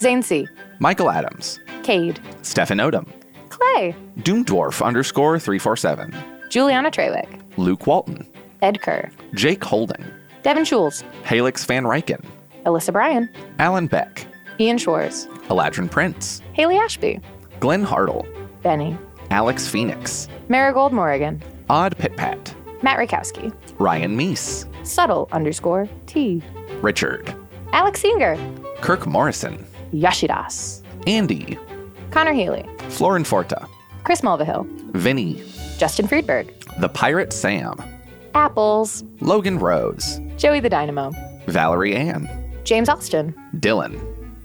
S1: Zane C,
S2: Michael Adams,
S1: Cade,
S2: Stefan Odom,
S1: Clay,
S2: Doom Dwarf underscore 347,
S1: Juliana Trawick,
S2: Luke Walton,
S1: Ed Kerr,
S2: Jake Holding,
S1: Devin Schules,
S2: Halix Van Ryken,
S1: Alyssa Bryan,
S2: Alan Beck,
S1: Ian Schwartz,
S2: Eladrin Prince,
S1: Haley Ashby,
S2: Glenn Hartle,
S1: Benny,
S2: Alex Phoenix,
S1: Marigold Morrigan,
S2: Odd Pitpat,
S1: Matt Rakowski,
S2: Ryan Meese,
S1: Subtle underscore T,
S2: Richard,
S1: Alex Singer,
S2: Kirk Morrison,
S1: Yashidas,
S2: Andy,
S1: Connor Healy,
S2: Florin Forta,
S1: Chris Mulvihill,
S2: Vinny,
S1: Justin Friedberg,
S2: The Pirate Sam,
S1: Apples,
S2: Logan Rose,
S1: Joey the Dynamo,
S2: Valerie Ann,
S1: James Austin,
S2: Dylan,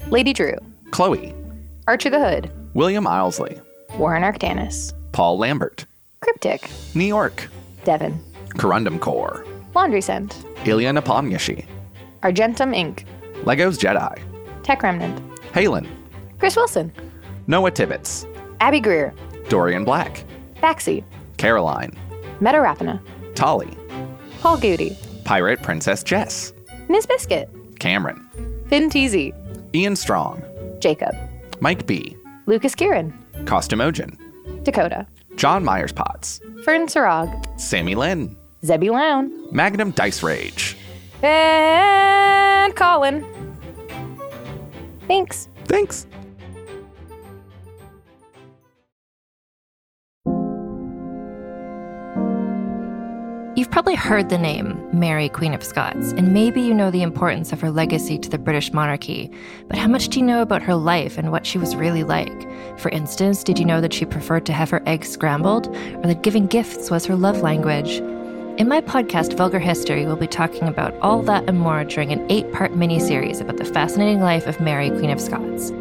S1: Lady Drew,
S2: Chloe,
S1: Archer the Hood,
S2: William Ilesley,
S1: Warren Arctanis,
S2: Paul Lambert,
S1: Cryptic,
S2: New York,
S1: Devon,
S2: Corundum Core,
S1: Laundry Scent,
S2: Ilya Nepomniachtchi,
S1: Argentum Inc.,
S2: Legos Jedi,
S1: Tech Remnant,
S2: Halen,
S1: Chris Wilson,
S2: Noah Tibbetts,
S1: Abby Greer,
S2: Dorian Black,
S1: Baxi,
S2: Caroline,
S1: Meta Rapina,
S2: Tolly,
S1: Paul Goody,
S2: Pirate Princess Jess,
S1: Ms. Biscuit,
S2: Cameron,
S1: Finn Teasy,
S2: Ian Strong,
S1: Jacob,
S2: Mike B,
S1: Lucas Kieran,
S2: Costumogen,
S1: Dakota,
S2: John Myers Potts,
S1: Fern Sarog,
S2: Sammy Lynn,
S1: Zebby Lown,
S2: Magnum Dice Rage.
S1: and Colin. Thanks.
S2: Thanks.
S9: You've probably heard the name Mary, Queen of Scots, and maybe you know the importance of her legacy to the British monarchy. But how much do you know about her life and what she was really like? For instance, did you know that she preferred to have her eggs scrambled, or that giving gifts was her love language? In my podcast, Vulgar History, we'll be talking about all that and more during an eight part miniseries about the fascinating life of Mary, Queen of Scots.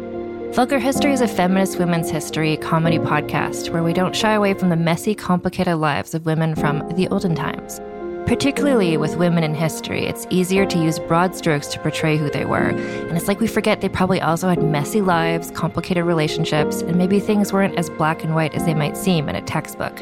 S9: Vulgar History is a feminist women's history comedy podcast where we don't shy away from the messy, complicated lives of women from the olden times. Particularly with women in history, it's easier to use broad strokes to portray who they were, and it's like we forget they probably also had messy lives, complicated relationships, and maybe things weren't as black and white as they might seem in a textbook.